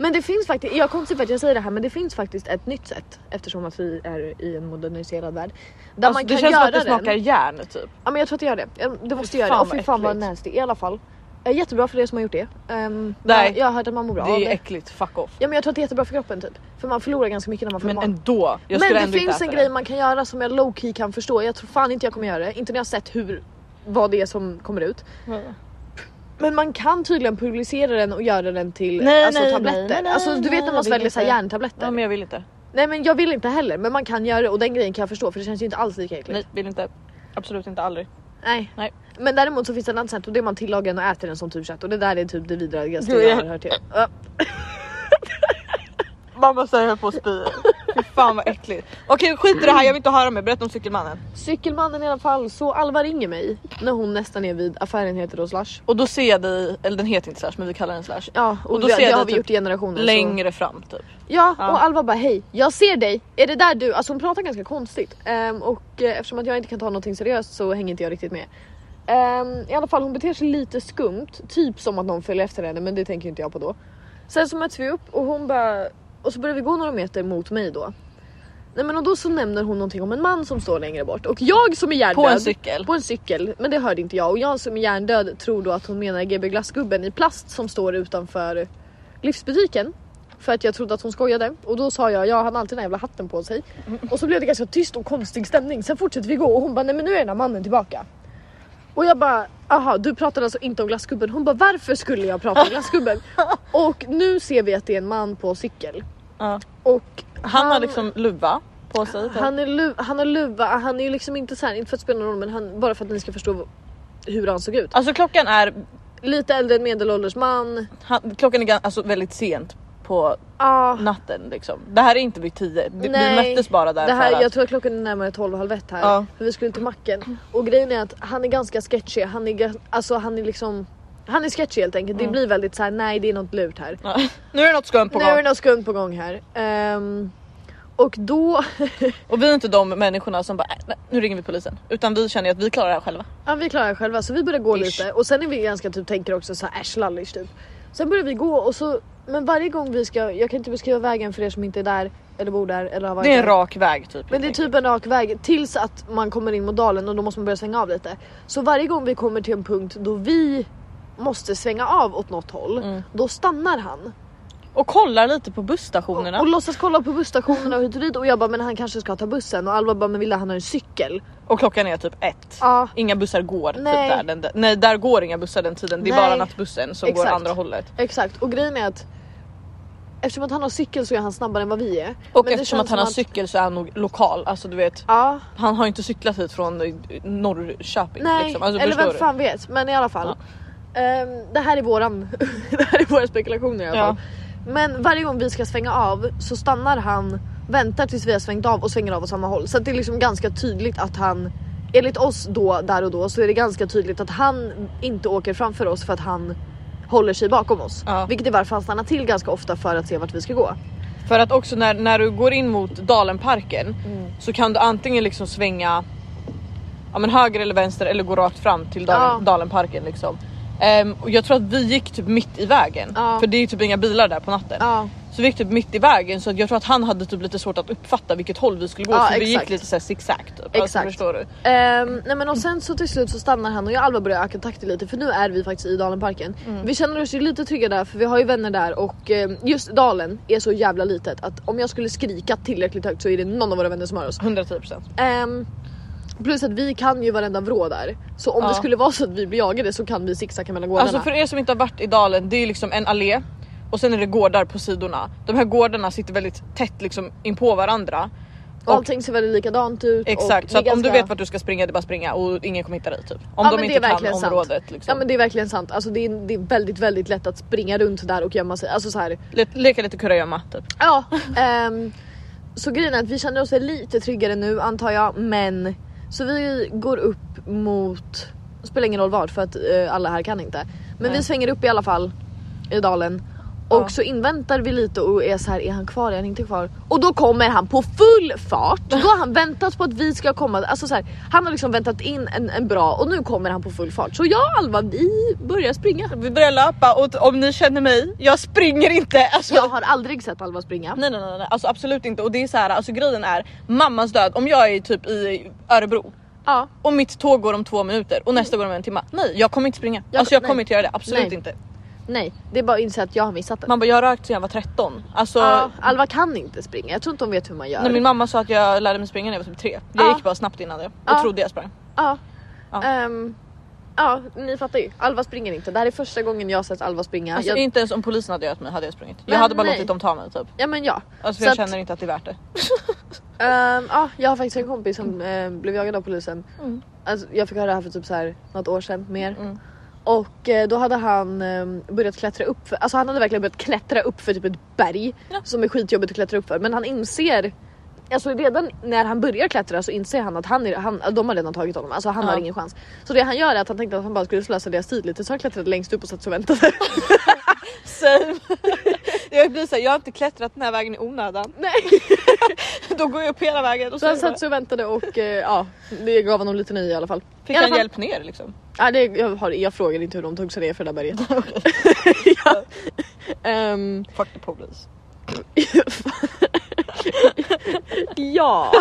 S1: Men det finns faktiskt, jag är konstigt för att jag säger det här men det finns faktiskt ett nytt sätt eftersom att vi är i en moderniserad värld. Där
S2: Alltså,
S1: man
S2: det
S1: kan
S2: känns
S1: göra
S2: som att det
S1: den.
S2: smakar järn typ.
S1: Ja men jag tror att jag gör det. Jag- Det måste jag
S2: Fy
S1: göra.
S2: fan
S1: Åh fy
S2: vad
S1: fan vad
S2: äckligt.
S1: nasty. I alla fall. Eh, Jättebra för er som har gjort det. Ehm,
S2: Nej.
S1: Jag, jag har hört att man mår bra av
S2: det
S1: det.
S2: är äckligt, fuck off.
S1: Ja men jag tror att det är jättebra för kroppen typ. För man förlorar ganska mycket när man får
S2: Men
S1: mat.
S2: ändå. Jag
S1: men
S2: skulle
S1: det
S2: ändå inte
S1: finns en
S2: äta
S1: grej
S2: den.
S1: man kan göra som jag low key kan förstå. Jag tror fan inte jag kommer göra det. Inte när jag har sett hur, vad det är som kommer ut. Men man kan tydligen publicera den och göra den till
S2: Nej,
S1: alltså,
S2: nej,
S1: tabletter.
S2: nej, nej,
S1: alltså du vet
S2: nej,
S1: när
S2: jag
S1: man
S2: vill
S1: sväljer så här
S2: inte.
S1: järntabletter.
S2: Ja men jag vill inte.
S1: Nej men jag vill inte heller men man kan göra det och den grejen kan jag förstå för det känns ju inte alls lika äckligt.
S2: Nej vill inte. Absolut inte, aldrig.
S1: Nej.
S2: Nej.
S1: Men däremot så finns det ett annat sätt och det är man tillagar den och äter den som typ kött och det där är typ det vidrigaste
S2: Gud,
S1: jag
S2: jag-
S1: har hört till. Ja.
S2: Mamma säger jag höll på att spy. Fy fan vad äckligt. Okej skit i det här, jag vill inte höra mer. Berätta om cykelmannen.
S1: Cykelmannen i alla fall, så Alva ringer mig när hon nästan är vid affären heter då Slash.
S2: Och då ser jag dig, eller den heter inte slash men vi kallar den slash.
S1: Ja och,
S2: Och då
S1: det,
S2: ser jag
S1: det
S2: dig
S1: har vi
S2: typ
S1: gjort i generationer. Så.
S2: Längre fram typ.
S1: Ja,
S2: Ja.
S1: och Alva bara hej, jag ser dig, är det där du? Alltså hon pratar ganska konstigt Ehm, och eh, eftersom att jag inte kan ta någonting seriöst så hänger inte jag riktigt med. Ehm, I alla fall hon beter sig lite skumt, typ som att någon följer efter henne men det tänker ju inte jag på då. Sen så möts vi upp och hon bara, och så börjar vi gå några meter mot mig då. Nej men och då så nämner hon någonting om en man som står längre bort och jag som är hjärndöd
S2: På en cykel.
S1: på en cykel, men det hörde inte jag och jag som är hjärndöd tror då att hon menar GB Glassgubben i plast som står utanför livsbutiken. För att jag trodde att hon skojade och då sa jag ja han har alltid den här jävla hatten på sig.
S2: Mm.
S1: Och så blev det ganska tyst och konstig stämning. Sen fortsätter vi gå och hon bara nej men nu är den här mannen tillbaka. Och jag bara aha du pratade alltså inte om glassgubben. Hon bara varför skulle jag prata om glassgubben? Och nu ser vi att det är en man på cykel.
S2: Ja.
S1: Och
S2: Han har liksom luva på sig. typ.
S1: han, är lu- han har luva, han är ju liksom inte så här, inte för att spela någon roll men han, bara för att ni ska förstå hur han såg ut.
S2: Alltså klockan är,
S1: Lite äldre än medelålders man.
S2: han, klockan är gan- alltså, väldigt sent på
S1: Ah,
S2: natten liksom. Det här är inte vid 10, vi, vi
S1: Nej.
S2: möttes bara där
S1: det här,
S2: för att...
S1: jag tror att klockan är närmare 12 halv ett här.
S2: Ja.
S1: För vi skulle till macken. Och grejen är att han är ganska sketchig. Han är, ga- alltså, han är liksom han är sketchig helt enkelt. Det blir väldigt så här: nej det är något lurt här.
S2: Ja. Nu är det något skumt Mm. på
S1: Nu är det
S2: gång
S1: något skumt på gång här. Ehm, och då,
S2: och vi är inte de människorna som bara "Äh, nej, nu ringer vi polisen utar vi känner ju att vi klarar det här själva.
S1: ja, vi klarar det själva så vi börjar gå
S2: Ish.
S1: lite. Och sen är vi ganska typ tänker också så här äsch lallish typ. Sen börjar vi gå och så, men varje gång vi ska, jag kan inte beskriva vägen för er som inte är där eller bor där eller har varit
S2: Det är en
S1: där.
S2: rak väg typ.
S1: Men det är typ en rak väg tills att man kommer in mot dalen och då måste man börja svänga av lite. Så varje gång vi kommer till en punkt då vi måste svänga av åt något håll,
S2: Mm.
S1: då stannar han.
S2: Och kollar lite på
S1: Och,
S2: busstationerna.
S1: och låtsas kolla på busstationerna och hit och dit och jag bara men han kanske ska ta bussen och Alva bara men Wille han har en cykel.
S2: Och klockan är typ ett.
S1: Ja.
S2: Inga bussar går
S1: Nej.
S2: typ där. Den, nej där går inga bussar den tiden. Det är
S1: Nej.
S2: bara nattbussen som
S1: Exakt.
S2: går andra hållet.
S1: Exakt och grejen är att eftersom att han har cykel så är han snabbare än vad vi är.
S2: Och
S1: Men det
S2: eftersom
S1: känns som
S2: att han har cykel så är han nog lokal. Alltså du vet,
S1: Ja,
S2: han har ju inte cyklat hit från eh, Norrköping.
S1: nej
S2: liksom. alltså,
S1: eller
S2: förstår
S1: vem
S2: du?
S1: fan vet men i alla fall. Ehm, det här är våran, det här är våra spekulationer i alla
S2: Ja.
S1: fall. Men varje gång vi ska svänga av så stannar han, väntar tills vi har svängt av och svänger av åt samma håll. Så att det är liksom ganska tydligt att han, enligt oss då, där och då, så är det ganska tydligt att han inte åker framför oss för att han håller sig bakom oss.
S2: Ja.
S1: Vilket är varför han stannar till ganska ofta för att se vart vi ska gå.
S2: För att också när, när du går in mot Dalenparken
S1: Mm.
S2: så kan du antingen liksom svänga ja, men höger eller vänster eller gå rakt fram till Dalen,
S1: Ja.
S2: Dalenparken. Liksom. Ehm, och jag tror att vi gick typ mitt i vägen
S1: Ja.
S2: för det är ju typ inga bilar där på natten.
S1: Ja,
S2: Så vi gick typ mitt i vägen så att jag tror att han hade typ lite svårt att uppfatta vilket håll vi skulle gå
S1: Ja,
S2: för vi
S1: exakt.
S2: gick lite såhär zigzag typ. Alltså,
S1: Exakt.
S2: förstår du?
S1: Ehm, nej men och sen så till slut så stannar han och jag och Alva börjar öka takten lite för nu är vi faktiskt i Dalenparken.
S2: Mm.
S1: Vi känner oss ju lite trygga där för vi har ju vänner där och ehm, just Dalen är så jävla litet att om jag skulle skrika tillräckligt högt så är det någon av våra vänner som hör oss.
S2: 110%.
S1: Ehm, plus att vi kan ju varenda vrå där så om
S2: Ja.
S1: det skulle vara så att vi blir jagade så kan vi zigzacka mellan gårdarna.
S2: Alltså för er som inte har varit i dalen, det är liksom en allé och sen är det gårdar på sidorna. De här gårdarna sitter väldigt tätt liksom inpå varandra.
S1: och allting ser väldigt likadant ut. och
S2: Exakt,
S1: det
S2: så
S1: är
S2: att om du
S1: ganska-
S2: vet vart du ska springa det är bara att springa och ingen kommer hitta dig typ. Om
S1: Ja,
S2: de
S1: men det
S2: inte
S1: är
S2: kan
S1: verkligen sant.
S2: området. Liksom.
S1: Ja men det är verkligen sant, alltså det är, det är väldigt väldigt lätt att springa runt där och gömma sig. Alltså så här,
S2: Le- leka lite kurragömma typ.
S1: Ja. ehm, så grejen är att vi känner oss väl lite tryggare nu antar jag men så vi går upp mot, spelar ingen roll vart för att eh, alla här kan inte. Men vi
S2: Nej.
S1: svänger upp i alla fall i dalen. Och
S2: Ja.
S1: så inväntar vi lite och är så här, är han kvar? Är han inte kvar? Och då kommer han på full fart! Då har han väntat på att vi ska komma, alltså så här, han har liksom väntat in en, en bra och nu kommer han på full fart. Så jag och Alva vi börjar springa.
S2: Vi börjar löpa och t- om ni känner mig, jag springer inte. Alltså,
S1: Jag har aldrig sett Alva springa.
S2: Nej, nej nej nej alltså absolut inte och det är så här, alltså grejen är mammans död om jag är typ i Örebro
S1: Ja.
S2: och mitt tåg går om två minuter och nästa går om en timme. Nej jag kommer inte springa.
S1: Jag-
S2: alltså jag
S1: nej.
S2: kommer inte göra det, absolut
S1: Nej.
S2: inte.
S1: Nej, det är bara att inse att jag har missat det.
S2: Man bara jag har rökt sedan jag var 13. Alltså,
S1: Ja, Alva kan inte springa, jag tror inte hon vet hur man gör.
S2: när min mamma sa att jag lärde mig springa när jag var typ tre. Jag
S1: Ja.
S2: gick bara snabbt innan det och
S1: Ja.
S2: trodde jag sprang.
S1: ja.
S2: Ja.
S1: Ehm, ja, ni fattar ju. Alva springer inte. Det här är första gången jag har sett Alva springa.
S2: Alltså,
S1: jag,
S2: Inte ens om polisen hade dödat mig hade jag sprungit.
S1: Men
S2: jag hade bara
S1: nej.
S2: låtit dem ta mig typ.
S1: Ja men ja.
S2: Alltså
S1: Så
S2: för jag
S1: att-
S2: känner inte att det är värt det.
S1: Ehm, ja, jag har faktiskt en kompis som
S2: Mm.
S1: eh, blev jagad av polisen. Alltså, jag fick höra det här för typ så här något år sedan mer.
S2: Mm.
S1: Och eh, då hade han eh, börjat klättra upp för, alltså han hade verkligen börjat klättra upp för typ ett berg
S2: Ja.
S1: som är skitjobbigt att klättra upp för. Men han inser Alltså redan när han börjar klättra så inser han att han är, han, de har redan tagit honom, alltså han
S2: Ja.
S1: har ingen chans. Så det han gör är att han tänkte att han bara skulle slösa deras tid lite så han klättrade längst upp och satt och väntade.
S2: Same. jag blir såhär, jag har inte klättrat den här vägen i onödan.
S1: Nej.
S2: Då går jag upp hela vägen och
S1: Så
S2: så
S1: han satt sig och väntade och eh, ja, det gav honom lite nöje i alla fall.
S2: fick
S1: i alla
S2: han
S1: fall-
S2: hjälp ner liksom.
S1: Ja, det, jag, har, jag frågar inte hur de tog sig ner för det där berget. ja. Ehm,
S2: Fuck the police.
S1: ja.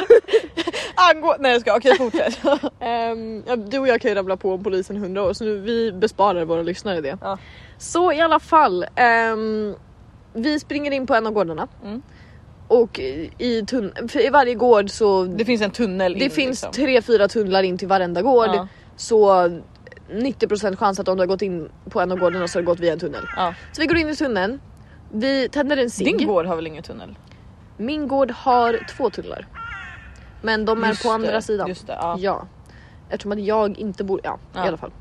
S2: Angå... Nej jag ska, okej fortsätt.
S1: Ehm, ja, du och jag kan ju rabbla på om polisen i hundra år så nu, vi besparar våra lyssnare det.
S2: Ja.
S1: Så i alla fall. ehm, vi springer in på en av gårdarna.
S2: Mm.
S1: Och i, i tunn- för i varje gård så
S2: det finns en tunnel
S1: det
S2: in,
S1: finns
S2: liksom.
S1: tre, fyra tunnlar in till varenda gård.
S2: Ja.
S1: Så 90% chans att om du har gått in på en av gårdarna så har du gått via en tunnel.
S2: Ja.
S1: Så vi går in i tunneln. Vi tänder en cigg.
S2: Din gård har väl ingen tunnel?
S1: Min gård har två tunnlar. Men de är
S2: Just
S1: på andra
S2: det,
S1: sidan.
S2: Just det, ja.
S1: Ja. Eftersom att jag inte bor... Ja,
S2: Ja.
S1: i alla fall.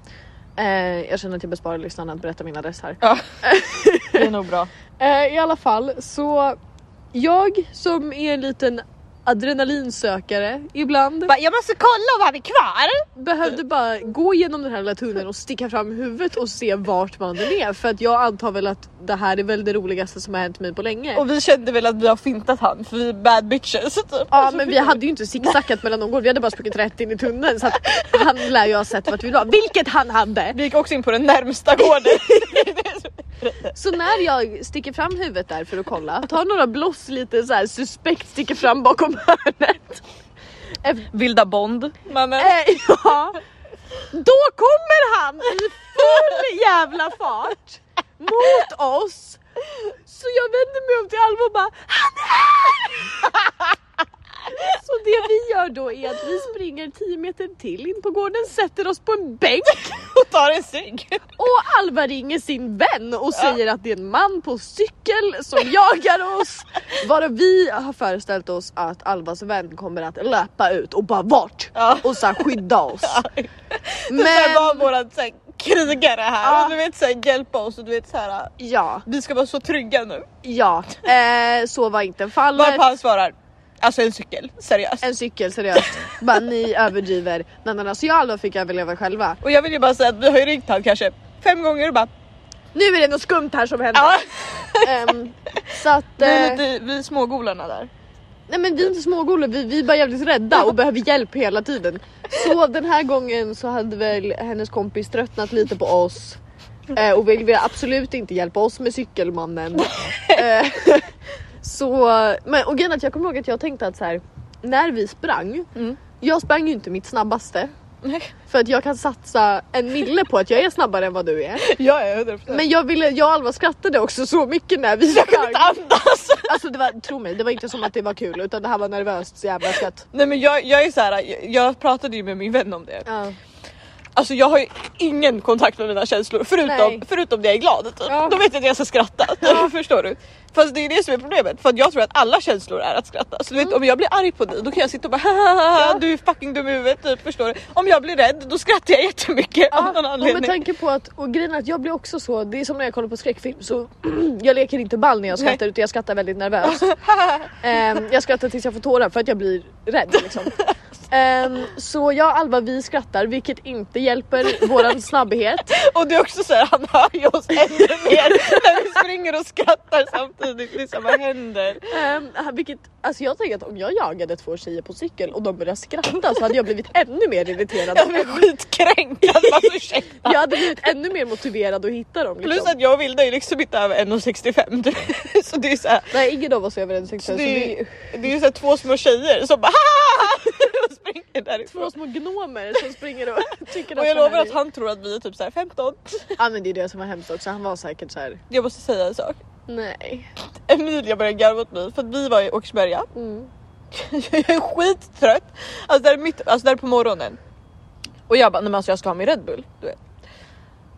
S1: Eh, jag känner att jag besparar lyssnarna att berätta min adress här.
S2: Ja. det är nog bra.
S1: Eh, I alla fall så... Jag som är en liten adrenalinsökare ibland
S2: jag måste kolla om han är kvar!
S1: behövde bara gå igenom den här lilla tunneln och sticka fram huvudet och se vart man är för att jag antar väl att det här är väl det roligaste som har hänt mig på länge.
S2: Och vi kände väl att vi har fintat han för vi är bad bitches. Typ.
S1: Ja men vi hade ju inte zigzackat mellan de gårdarna, vi hade bara sprungit rätt in i tunneln så att han lär ju ha sett vart vi var, vilket han hade!
S2: Vi gick också in på den närmsta gården.
S1: Så när jag sticker fram huvudet där för att kolla, tar några bloss lite så här suspekt, sticker fram bakom hörnet.
S2: Vilda Bond. Mannen.
S1: Eh, ja. Då kommer han i full jävla fart mot oss. Så jag vänder mig om till Alva och bara HAN är här! Så det vi gör då är att vi springer 10 meter till in på gården, sätter oss på en bänk
S2: Och tar en cigg.
S1: och Alva ringer sin vän och säger att det är en man på cykel som jagar oss. Varav vi har föreställt oss att Alvas vän kommer att löpa ut och bara vart?
S2: Ja.
S1: Och så här skydda oss.
S2: Men... Det
S1: Men
S2: var våran så här, krigare här
S1: Ja.
S2: och du vet så här, hjälpa oss och du vet så här.
S1: ja,
S2: Vi ska vara så trygga nu.
S1: ja, eh, så var inte fallet.
S2: Varpå han svarar alltså en cykel, seriöst.
S1: En cykel seriöst. Bara ni överdriver. Nej men alltså jag och Alva fick överleva själva.
S2: Och jag vill ju bara säga att vi har ju ringt han kanske fem gånger och bara
S1: Nu är det något skumt här som händer.
S2: ja.
S1: Ehm, så att...
S2: Vi är
S1: eh,
S2: lite, vi är smågolarna där.
S1: Nej men vi är inte smågolor, vi, vi är bara jävligt rädda och behöver hjälp hela tiden. Så den här gången så hade väl hennes kompis tröttnat lite på oss eh, och vill ville absolut inte hjälpa oss med cykelmannen. Eh, så, men, och grejen är att jag kommer ihåg att jag tänkte att så här, när vi sprang,
S2: Mm.
S1: jag sprang ju inte mitt snabbaste för att jag kan satsa en mille på att jag är snabbare än vad du är.
S2: Jag är 100%.
S1: Men jag, ville, jag och Alva skrattade också så mycket när vi
S2: jag kunde
S1: sprang.
S2: inte andas.
S1: Alltså det var, tro mig, det var inte som att det var kul utan det här var nervöst så jävla skratt.
S2: Nej men jag, jag är så här, jag, jag pratade ju med min vän om det.
S1: Ja.
S2: Alltså jag har ju ingen kontakt med mina känslor
S1: Nej.
S2: förutom, förutom när jag är glad. Typ.
S1: Ja.
S2: Då vet jag att jag ska skratta. Förstår du? Fast det är det som är problemet för att jag tror att alla känslor är att skratta. Så du vet om jag blir arg på dig då kan jag sitta och bara Mm. ja. du är fucking dum i huvudet typ, förstår du? Om jag blir rädd då skrattar jag jättemycket av någon
S1: och med
S2: anledning.
S1: tanke på att, och grejen är att jag blir också så, det är som när jag kollar på skräckfilm så jag leker inte ball när jag skrattar utan jag skrattar väldigt nervöst. Ehm, jag skrattar tills jag får tårar för att jag blir rädd liksom. Ehm, så jag och Alva vi skrattar vilket inte hjälper våran snabbhet.
S2: Och det är också så här, han hör ju oss ännu mer när vi springer och skrattar samtidigt. Det är så här, vad händer?
S1: Ehm, vilket, alltså jag tänker att om jag jagade två tjejer på cykel och de började skratta så hade jag blivit ännu mer irriterad.
S2: Jag blir skitkränkt. Alltså, ursäkta.
S1: Jag hade blivit ännu mer motiverad att hitta dem. Liksom.
S2: Plus att jag och Vilda är liksom inte över 1,65 du vet. så det är så här,
S1: Nej ingen av oss är över en
S2: så
S1: sexuell så
S2: det,
S1: vi
S2: är- Alltså, det är ju så här två små tjejer som bara "Hahaha!" och springer
S1: två
S2: därifrån.
S1: små gnomer som springer och tycker
S2: Och jag
S1: de
S2: lovar
S1: är-
S2: att han tror att vi är typ så här 15.
S1: Ja men det är det som var hemskt också, han var säkert så här.
S2: Jag måste säga en sak.
S1: nej.
S2: Emilia började garva åt mig för att vi var i Åkersberga.
S1: Mm.
S2: jag är skittrött. Alltså där, är mitt, alltså där på morgonen. Och jag bara, nej men alltså jag ska ha min Red Bull. Du vet.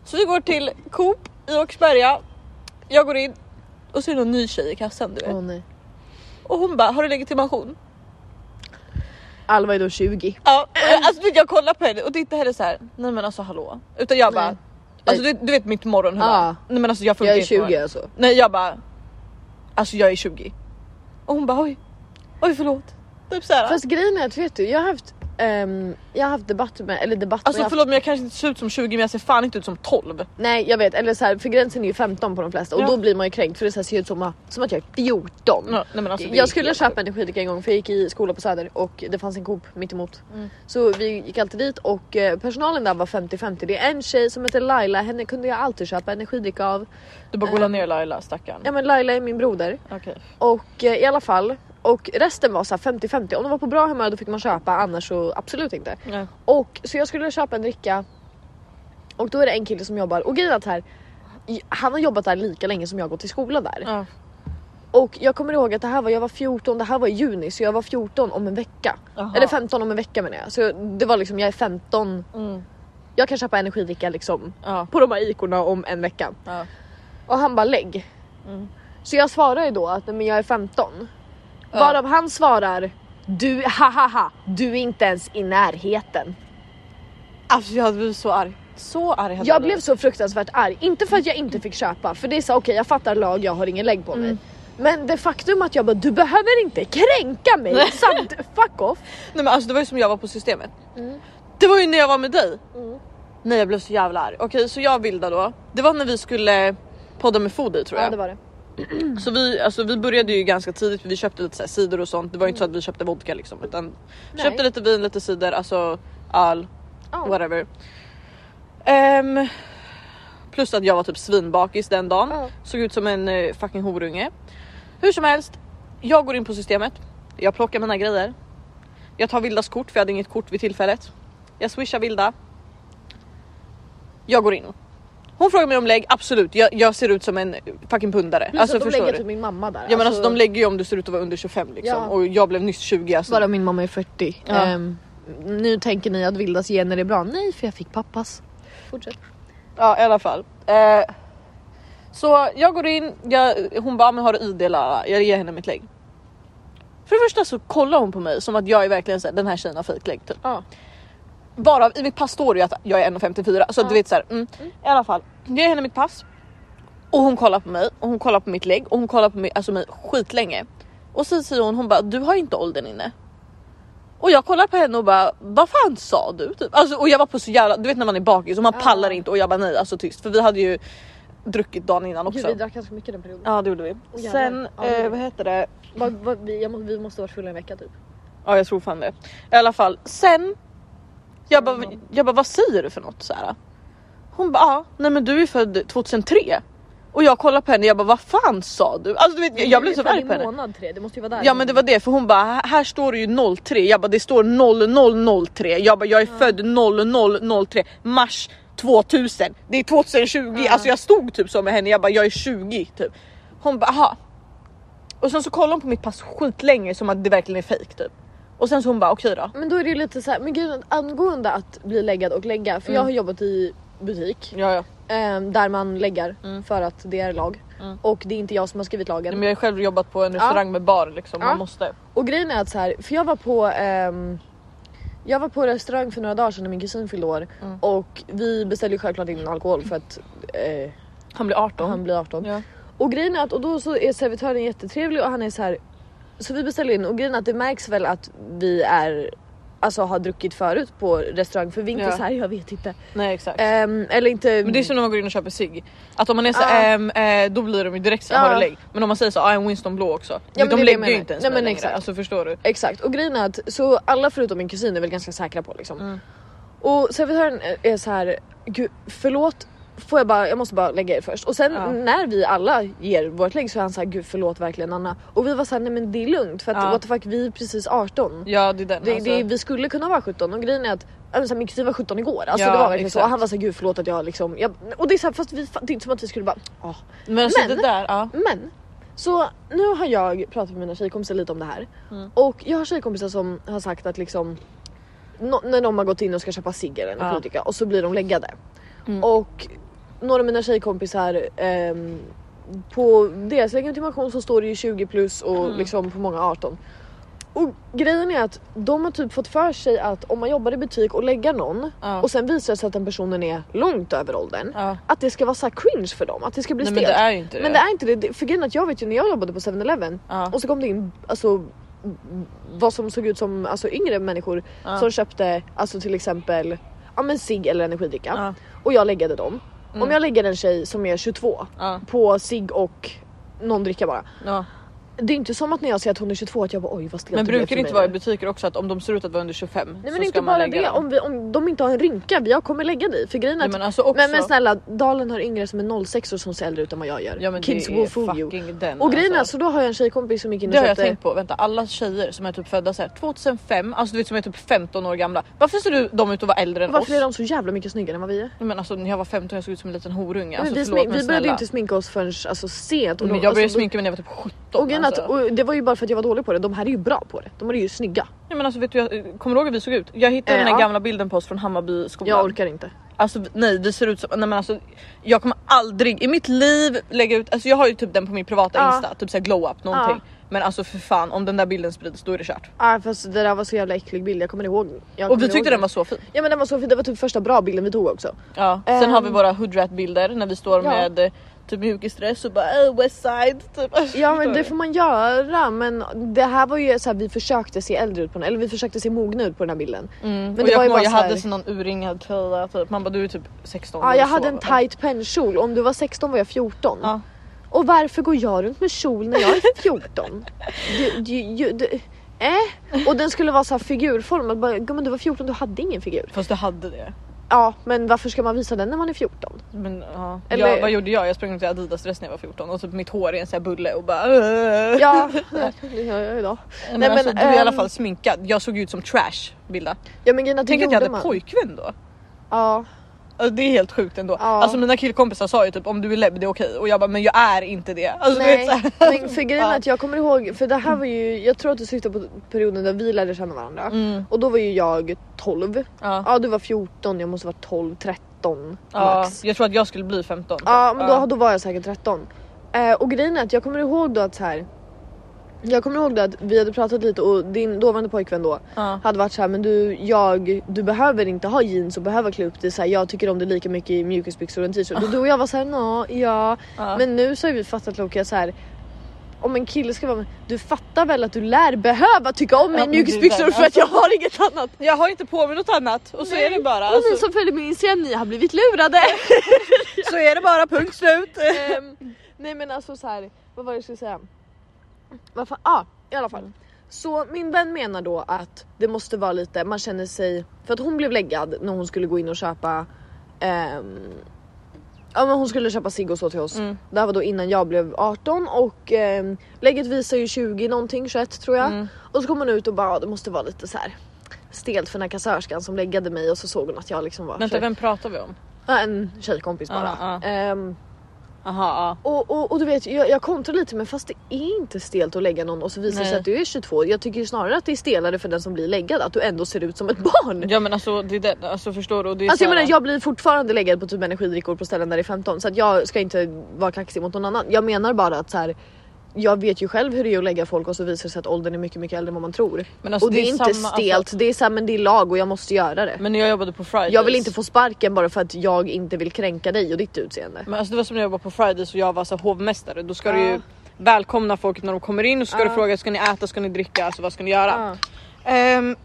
S2: Så vi går till Coop i Åkersberga. Jag går in och så är det någon ny tjej i kassan du vet.
S1: nej.
S2: Och hon bara, har du legitimation?
S1: Alva är då 20.
S2: Ja, och jag- alltså du vet, jag kollar på henne och det är inte heller så här. nej men alltså hallå. Utan jag bara,
S1: Nej.
S2: alltså du, du vet mitt morgon
S1: Ja.
S2: Nej men alltså jag funkar
S1: Jag är
S2: inte på
S1: 20
S2: morgonen.
S1: alltså.
S2: Nej jag bara, alltså jag är 20. Och hon bara oj, oj förlåt. Typ såhär.
S1: Fast grejen är att vet du, jag har haft, ehm, jag har haft debatter med, eller debatter jag har
S2: Alltså
S1: haft-
S2: förlåt men jag kanske inte ser ut som 20 men jag ser fan inte ut som 12.
S1: Nej jag vet, eller så här, för gränsen är ju 15 på de flesta och
S2: Ja.
S1: då blir man ju kränkt för det så här ser ut som, som att jag är 14.
S2: Ja, nej, men alltså, det är
S1: jag skulle
S2: helt-
S1: köpa energidricka en gång för jag gick i skola på Söder och det fanns en Coop mitt emot. Så vi gick alltid dit och eh, personalen där var 50-50. Det är en tjej som heter Laila, henne kunde jag alltid köpa energidricka av.
S2: Du bara gola ner Laila stackarn.
S1: Eh. Ja men Laila är min broder.
S2: Okej.
S1: Och eh, i alla fall, och resten var så här 50-50. Om de var på bra humör då fick man köpa annars så absolut inte.
S2: Ja.
S1: Och så jag skulle köpa en dricka och då är det en kille som jobbar och grejen är att här i- han har jobbat där lika länge som jag gått i skolan där.
S2: Ja.
S1: Och jag kommer ihåg att det här var, jag var 14, det här var i juni så jag var 14 om en vecka.
S2: Jaha.
S1: Eller 15 om en vecka menar jag. Så det var liksom, jag är 15,
S2: Mm.
S1: jag kan köpa energidricka liksom
S2: Ja.
S1: på de här ikorna om en vecka.
S2: Ja.
S1: Och han bara lägg.
S2: Mm.
S1: Så jag svarar ju då att "Nej, men jag är 15. Varav han svarar du, hahaha, du är inte ens i närheten.
S2: Alltså jag hade blivit så arg. Så arg hade
S1: Jag blev så fruktansvärt arg, inte för att jag inte fick köpa för det är så okej jag fattar lag, jag har ingen lägg på mig.
S2: Mm.
S1: Men det faktum att jag bara du behöver inte kränka mig samt fuck off.
S2: Nej men alltså det var ju som jag var på systemet. Det var ju när jag var med dig.
S1: Mm.
S2: Nej jag blev så jävla arg. Okej så jag bildade då. Det var när vi skulle podda med Foodie tror jag.
S1: Ja det var det.
S2: Så vi, alltså, vi började ju ganska tidigt för vi köpte lite så här, cider och sånt. Det var ju inte så att vi köpte vodka liksom utan vi
S1: Mm. Nej.
S2: köpte lite vin, lite cider, alltså öl,
S1: Ja.
S2: whatever. Ehm, plus att jag var typ svinbakis den dagen.
S1: Ja.
S2: Såg ut som en eh, fucking horunge. Hur som helst, jag går in på systemet. Jag plockar mina grejer. Jag tar Vildas kort för jag hade inget kort vid tillfället. Jag swishar Vilda. Jag går in. Hon frågar mig om lägg, absolut jag, jag ser ut som en fucking pundare.
S1: Plus
S2: Alltså,
S1: att de
S2: förstår
S1: lägger
S2: du?
S1: typ min mamma där.
S2: Ja men alltså de lägger ju om du ser ut att vara under 25 liksom
S1: Ja.
S2: och jag blev nyss 20 alltså.
S1: Bara min mamma är 40.
S2: Ja.
S1: Ehm, nu tänker ni att Vildas gener är bra. Nej för jag fick pappas. Fortsätt.
S2: Ja i alla fall. Eh, så jag går in, jag, hon bara men har du ID lala? Jag ger henne mitt lägg. För det första så kollar hon på mig som att jag är verkligen såhär den här tjejen har fejklägg typ.
S1: Ja.
S2: Bara i mitt pass står det ju att jag är 1,54 så att du vet såhär. Mm. I alla fall, jag ger henne mitt pass. Och hon kollar på mig och hon kollar på mitt lägg och hon kollar på mig, alltså mig skitlänge. Och sen säger hon, hon bara du har inte åldern inne. Och jag kollar på henne och bara vad fan sa du? Typ. Alltså, och jag var på så jävla, du vet när man är bakis och man
S1: Ja.
S2: pallar inte och jag bara nej alltså tyst för vi hade ju druckit dagen innan också.
S1: Gud vi drack ganska mycket den perioden.
S2: ja det gjorde vi.
S1: jävlar.
S2: Sen,
S1: Ja, det gjorde
S2: eh,
S1: vi.
S2: vad heter det?
S1: Vad- vad- vi, jag må, vi måste ha varit fulla en vecka typ.
S2: Ja jag tror fan det. I alla fall sen. Jag bara,
S1: Mm.
S2: jag bara vad säger du för något så här? Hon bara ah, nej men du är född 2003. Och jag kollar på henne jag bara vad fan sa du? Alltså du vet jag, jag blev så
S1: Fan, det
S2: arg
S1: är
S2: på henne.
S1: månad tre, det måste ju vara där.
S2: Ja men det var det för hon bara "Här- här står det ju 03 jag bara det står 0003 jag bara jag är född 0003 mars 2000 det är 2020 alltså jag stod typ så med henne jag bara jag är 20 typ. Hon bara aha. Och sen så kollade hon på mitt pass skitlänge som att det verkligen är fejk typ. Och sen så hon bara okej då.
S1: Men då är det ju lite så här, men gud angående att bli läggad och lägga, för
S2: Mm.
S1: jag har jobbat i butik
S2: Ja ja.
S1: eh, där man läggar
S2: Mm.
S1: för att det är lag och det är inte jag som har skrivit lagen.
S2: Men jag har själv jobbat på en restaurang med bar liksom
S1: Ja.
S2: man måste.
S1: Och grejen är att så här, för jag var på ehm, jag var på restaurang för några dagar sedan när min kusin fyllde år
S2: Mm.
S1: och vi beställde ju självklart in alkohol för att eh,
S2: Han blir 18.
S1: han blir 18.
S2: Ja.
S1: Och grejen är att och då så är servitören jättetrevlig och han är så här. Så vi beställer in och grejen är att det märks väl att vi är Alltså har druckit förut på restaurang för vi är inte
S2: Ja.
S1: så här, jag vet inte.
S2: Nej exakt.
S1: Ehm, eller inte.
S2: Men det är som när man går in och köper cigg. Att om man är så
S1: Ja.
S2: ehm, eh, då blir de ju direkt så här,
S1: Ja.
S2: har du lägg. Men om man säger så ah, en Winston blå också.
S1: men det är
S2: de
S1: det jag
S2: lägger ju
S1: menar.
S2: inte ens
S1: Nej,
S2: mig
S1: men
S2: längre.
S1: exakt.
S2: Alltså förstår du?
S1: Exakt och grejen är att så alla förutom min kusin är väl ganska säkra på liksom.
S2: Mm.
S1: Och servitören eh, är så här, gud förlåt. Får jag bara, jag måste bara lägga er först. Och sen
S2: Ja.
S1: när vi alla ger vårt lägg så är han så här, gud förlåt verkligen Anna. Och vi var så här, nej men det är lugnt för att
S2: Ja.
S1: what the fuck vi är precis 18.
S2: Ja det är den.
S1: Det,
S2: alltså.
S1: det, vi skulle kunna vara 17 och grejen är att ja, men så här, min kusin var 17 igår. Alltså
S2: Ja,
S1: det var verkligen så.
S2: exakt.
S1: Och han var såhär gud förlåt att jag liksom. Jag, och det är såhär fast vi, fa- det är inte som att vi skulle bara. "Ah."
S2: men alltså
S1: men-
S2: det där, ja.
S1: Men så nu har jag pratat med mina tjejkompisar lite om det här.
S2: Mm.
S1: Och jag har tjejkompisar som har sagt att liksom. nå- när de har gått in och ska köpa cigg eller narkotika och så blir de läggade.
S2: Mm.
S1: Och några av mina tjejkompisar ehm, på deras legitimation så står det ju 20 plus och
S2: Mm.
S1: liksom på många 18. Och grejen är att de har typ fått för sig att om man jobbar i butik och lägger någon
S2: Ja.
S1: och sen visar det sig att den personen är långt över åldern.
S2: Ja.
S1: Att det ska vara så här cringe för dem, att det ska bli
S2: Nej,
S1: stelt.
S2: men det är ju inte det.
S1: Men det är inte det. det. För grejen är att jag vet ju när jag jobbade på 7-Eleven
S2: Ja.
S1: och så kom det in alltså vad som såg ut som alltså, yngre människor
S2: Ja.
S1: som köpte alltså, till exempel ja, men cigg eller energidricka
S2: Ja.
S1: och jag läggade dem.
S2: Mm.
S1: Om jag lägger en tjej som är 22
S2: Ja.
S1: på cigg och någon dricka bara.
S2: Ja.
S1: Det är inte som att när jag ser att hon är 22 att jag bara oj vad stelt blev
S2: Men brukar
S1: för
S2: det inte
S1: mig
S2: vara i
S1: nu."
S2: butiker också att om de ser ut att vara under 25
S1: Nej
S2: så
S1: men
S2: ska
S1: inte
S2: man
S1: bara
S2: lägga
S1: det,
S2: dem?
S1: om, vi, om de inte har en rynka, jag kommer lägga dig. För grejen är
S2: Nej,
S1: att
S2: men alltså också,
S1: Men, men snälla, Dalen har yngre som är 06 och som ser äldre ut än vad jag gör.
S2: ja, men
S1: Kids
S2: det
S1: will
S2: är
S1: fool you.
S2: fucking den
S1: Och grejen är
S2: alltså.
S1: så då har jag en tjejkompis som gick in och
S2: Det har jag
S1: köpte-
S2: tänkt på, vänta alla tjejer som är typ födda så här 2005, alltså du vet som är typ 15 år gamla. Varför ser du de ut att vara äldre än oss?
S1: Varför är de så jävla mycket snyggare än vad vi är?
S2: Nej, Men alltså när jag var 15 jag såg ut som en liten horunge.
S1: Men
S2: Alltså,
S1: vi,
S2: förlåt
S1: smink,
S2: mig
S1: vi började ju
S2: snälla.
S1: inte sminka oss förrän alltså, sent.
S2: Men
S1: de-
S2: jag började
S1: alltså, de-
S2: sminka mig när jag var typ 17.
S1: och grejen är att,
S2: alltså.
S1: och det var ju bara för att jag var dålig på det, de här är ju bra på det. De är ju snygga.
S2: Nej, men alltså, vet du, jag, kommer du ihåg hur vi såg ut? Jag hittade
S1: Eh,
S2: den här
S1: ja.
S2: gamla bilden på oss från Hammarby skolan.
S1: Jag orkar inte.
S2: Alltså nej det ser ut som, nej men alltså jag kommer aldrig i mitt liv lägga ut, alltså jag har ju typ den på min privata
S1: Ja.
S2: insta, typ såhär glow up någonting. Men alltså för fan om den där bilden sprids då är det kört.
S1: Ah, fast det där var så jävla äcklig bild, jag kommer ihåg. Jag
S2: Och
S1: kommer
S2: vi
S1: ihåg
S2: tyckte den var så fin.
S1: Ja men den var så fin, det var typ första bra bilden vi tog också.
S2: Ja. Sen har vi
S1: Ehm.
S2: våra hoodrat bilder när vi står
S1: Ja.
S2: med eh, typ mjukisdress och bara eh, westside typ. Alltså,
S1: Ja
S2: förstår
S1: men det
S2: du?
S1: får man göra men det här var ju så här, vi försökte se äldre ut på den, eller vi försökte se mogna ut på den här bilden.
S2: Mm.
S1: det
S2: Men och jag,
S1: var ju
S2: kommer ihåg,
S1: bara
S2: jag
S1: så här-
S2: hade sån någon urringad tröja typ, man bara du är typ 16
S1: Ja,
S2: du
S1: jag hade
S2: sover.
S1: en tight pennkjol om du var 16 var jag 14.
S2: Ja.
S1: Och varför går jag runt med kjol när jag är 14? du, du, du, du, eh? Och den skulle vara så här figurformad, bara, gumman du var 14 du hade ingen figur.
S2: Fast du hade det.
S1: Ja men varför ska man visa den när man är 14?
S2: Men ja.
S1: Eller-
S2: jag, vad gjorde jag? Jag sprang runt i Adidas dress när jag var 14 och typ mitt hår är en sån här bulle och bara eh.
S1: Ja, det gör jag idag.
S2: Men,
S1: Nej, men,
S2: alltså, du är i alla
S1: ehm,
S2: fall sminkad. Jag såg ut som trash Bilda.
S1: Ja men grejen är att det
S2: Tänk att jag
S1: gjorde
S2: hade
S1: man.
S2: pojkvän då.
S1: Ja.
S2: Alltså, det är helt sjukt ändå.
S1: Ja.
S2: Alltså mina killkompisar sa ju typ om du är lebb det är okej och jag bara men jag är inte det. Alltså, du vet, så
S1: Nej,
S2: här.
S1: men för grejen är
S2: Ja.
S1: att jag kommer ihåg, för det här var ju, jag tror att du syftar på perioden där vi lärde känna varandra.
S2: Mm.
S1: Och då var ju jag 12.
S2: Ja.
S1: Ja du var 14, jag måste vara 12, 13
S2: Ja.
S1: max.
S2: Jag tror att jag skulle bli 15.
S1: Ja men
S2: Ja.
S1: då, då var jag säkert 13. Eh, och grejen är att jag kommer ihåg då att så här. Jag kommer ihåg då att vi hade pratat lite och din dåvarande pojkvän då
S2: Ja.
S1: hade varit så här men du, jag, du behöver inte ha jeans och behöver klä upp dig så här. Jag tycker om det lika mycket i mjukisbyxor och en t-shirt. Och du och jag var så här nå, ja.
S2: Ja.
S1: Men nu så har vi fattat Loka så här. Om en kille ska vara med, du fattar väl att du lär behöva tycka om mig
S2: Ja,
S1: i
S2: men det är
S1: mjukisbyxor
S2: den,
S1: för att jag
S2: alltså.
S1: har inget annat.
S2: Jag har inte på mig något annat och så är det bara.
S1: Och ni
S2: Alltså,
S1: som följer min Instagram, ni har blivit lurade.
S2: så är det bara punkt slut.
S1: Ehm, nej men alltså så här, vad var det jag skulle säga? Vad fan, ah, i alla
S2: Mm.
S1: fall. Så min vän menar då att det måste vara lite, man känner sig, för att hon blev läggad när hon skulle gå in och köpa ehm, Ja men hon skulle köpa cigg och så till oss.
S2: Mm.
S1: Det här var då innan jag blev 18 och ehm, lägget visar ju 20 någonting, 21 tror jag.
S2: Mm.
S1: Och så kom hon ut och bara ah, det måste vara lite så här stelt för den här kassörskan som läggade mig och så såg hon att jag liksom var
S2: Vänta vem pratar vi om?
S1: Ja, en tjejkompis bara.
S2: Ja,
S1: Ehm,
S2: Aha,
S1: och, och, och du vet, jag, jag kontrar lite men fast det är inte stelt att lägga någon och så visar det sig
S2: Nej.
S1: att du är 22. Jag tycker ju snarare att det är stelare för den som blir läggad att du ändå ser ut som ett barn.
S2: ja. ja men alltså det är den, alltså förstår du? Och det är
S1: Alltså jag
S2: så här-
S1: menar jag blir fortfarande läggad på typ energidrickor på ställen där det är 15 så att jag ska inte vara kaxig mot någon annan. Jag menar bara att så här. Jag vet ju själv hur det är att lägga folk och så visar det sig att åldern är mycket, mycket äldre än vad man tror.
S2: Men alltså,
S1: och det,
S2: det
S1: är
S2: är
S1: inte
S2: samma-
S1: stelt,
S2: alltså-
S1: det är så här, men det är lag och jag måste göra det.
S2: Men när jag jobbade på Fridays.
S1: jag vill inte få sparken bara för att jag inte vill kränka dig och ditt utseende.
S2: Men alltså det var som när jag var på Fridays och jag var så här hovmästare. Då ska du
S1: Ja.
S2: ju välkomna folket när de kommer in och så ska
S1: Ja.
S2: du fråga ska ni äta, ska ni dricka, alltså vad ska ni göra? Ehm,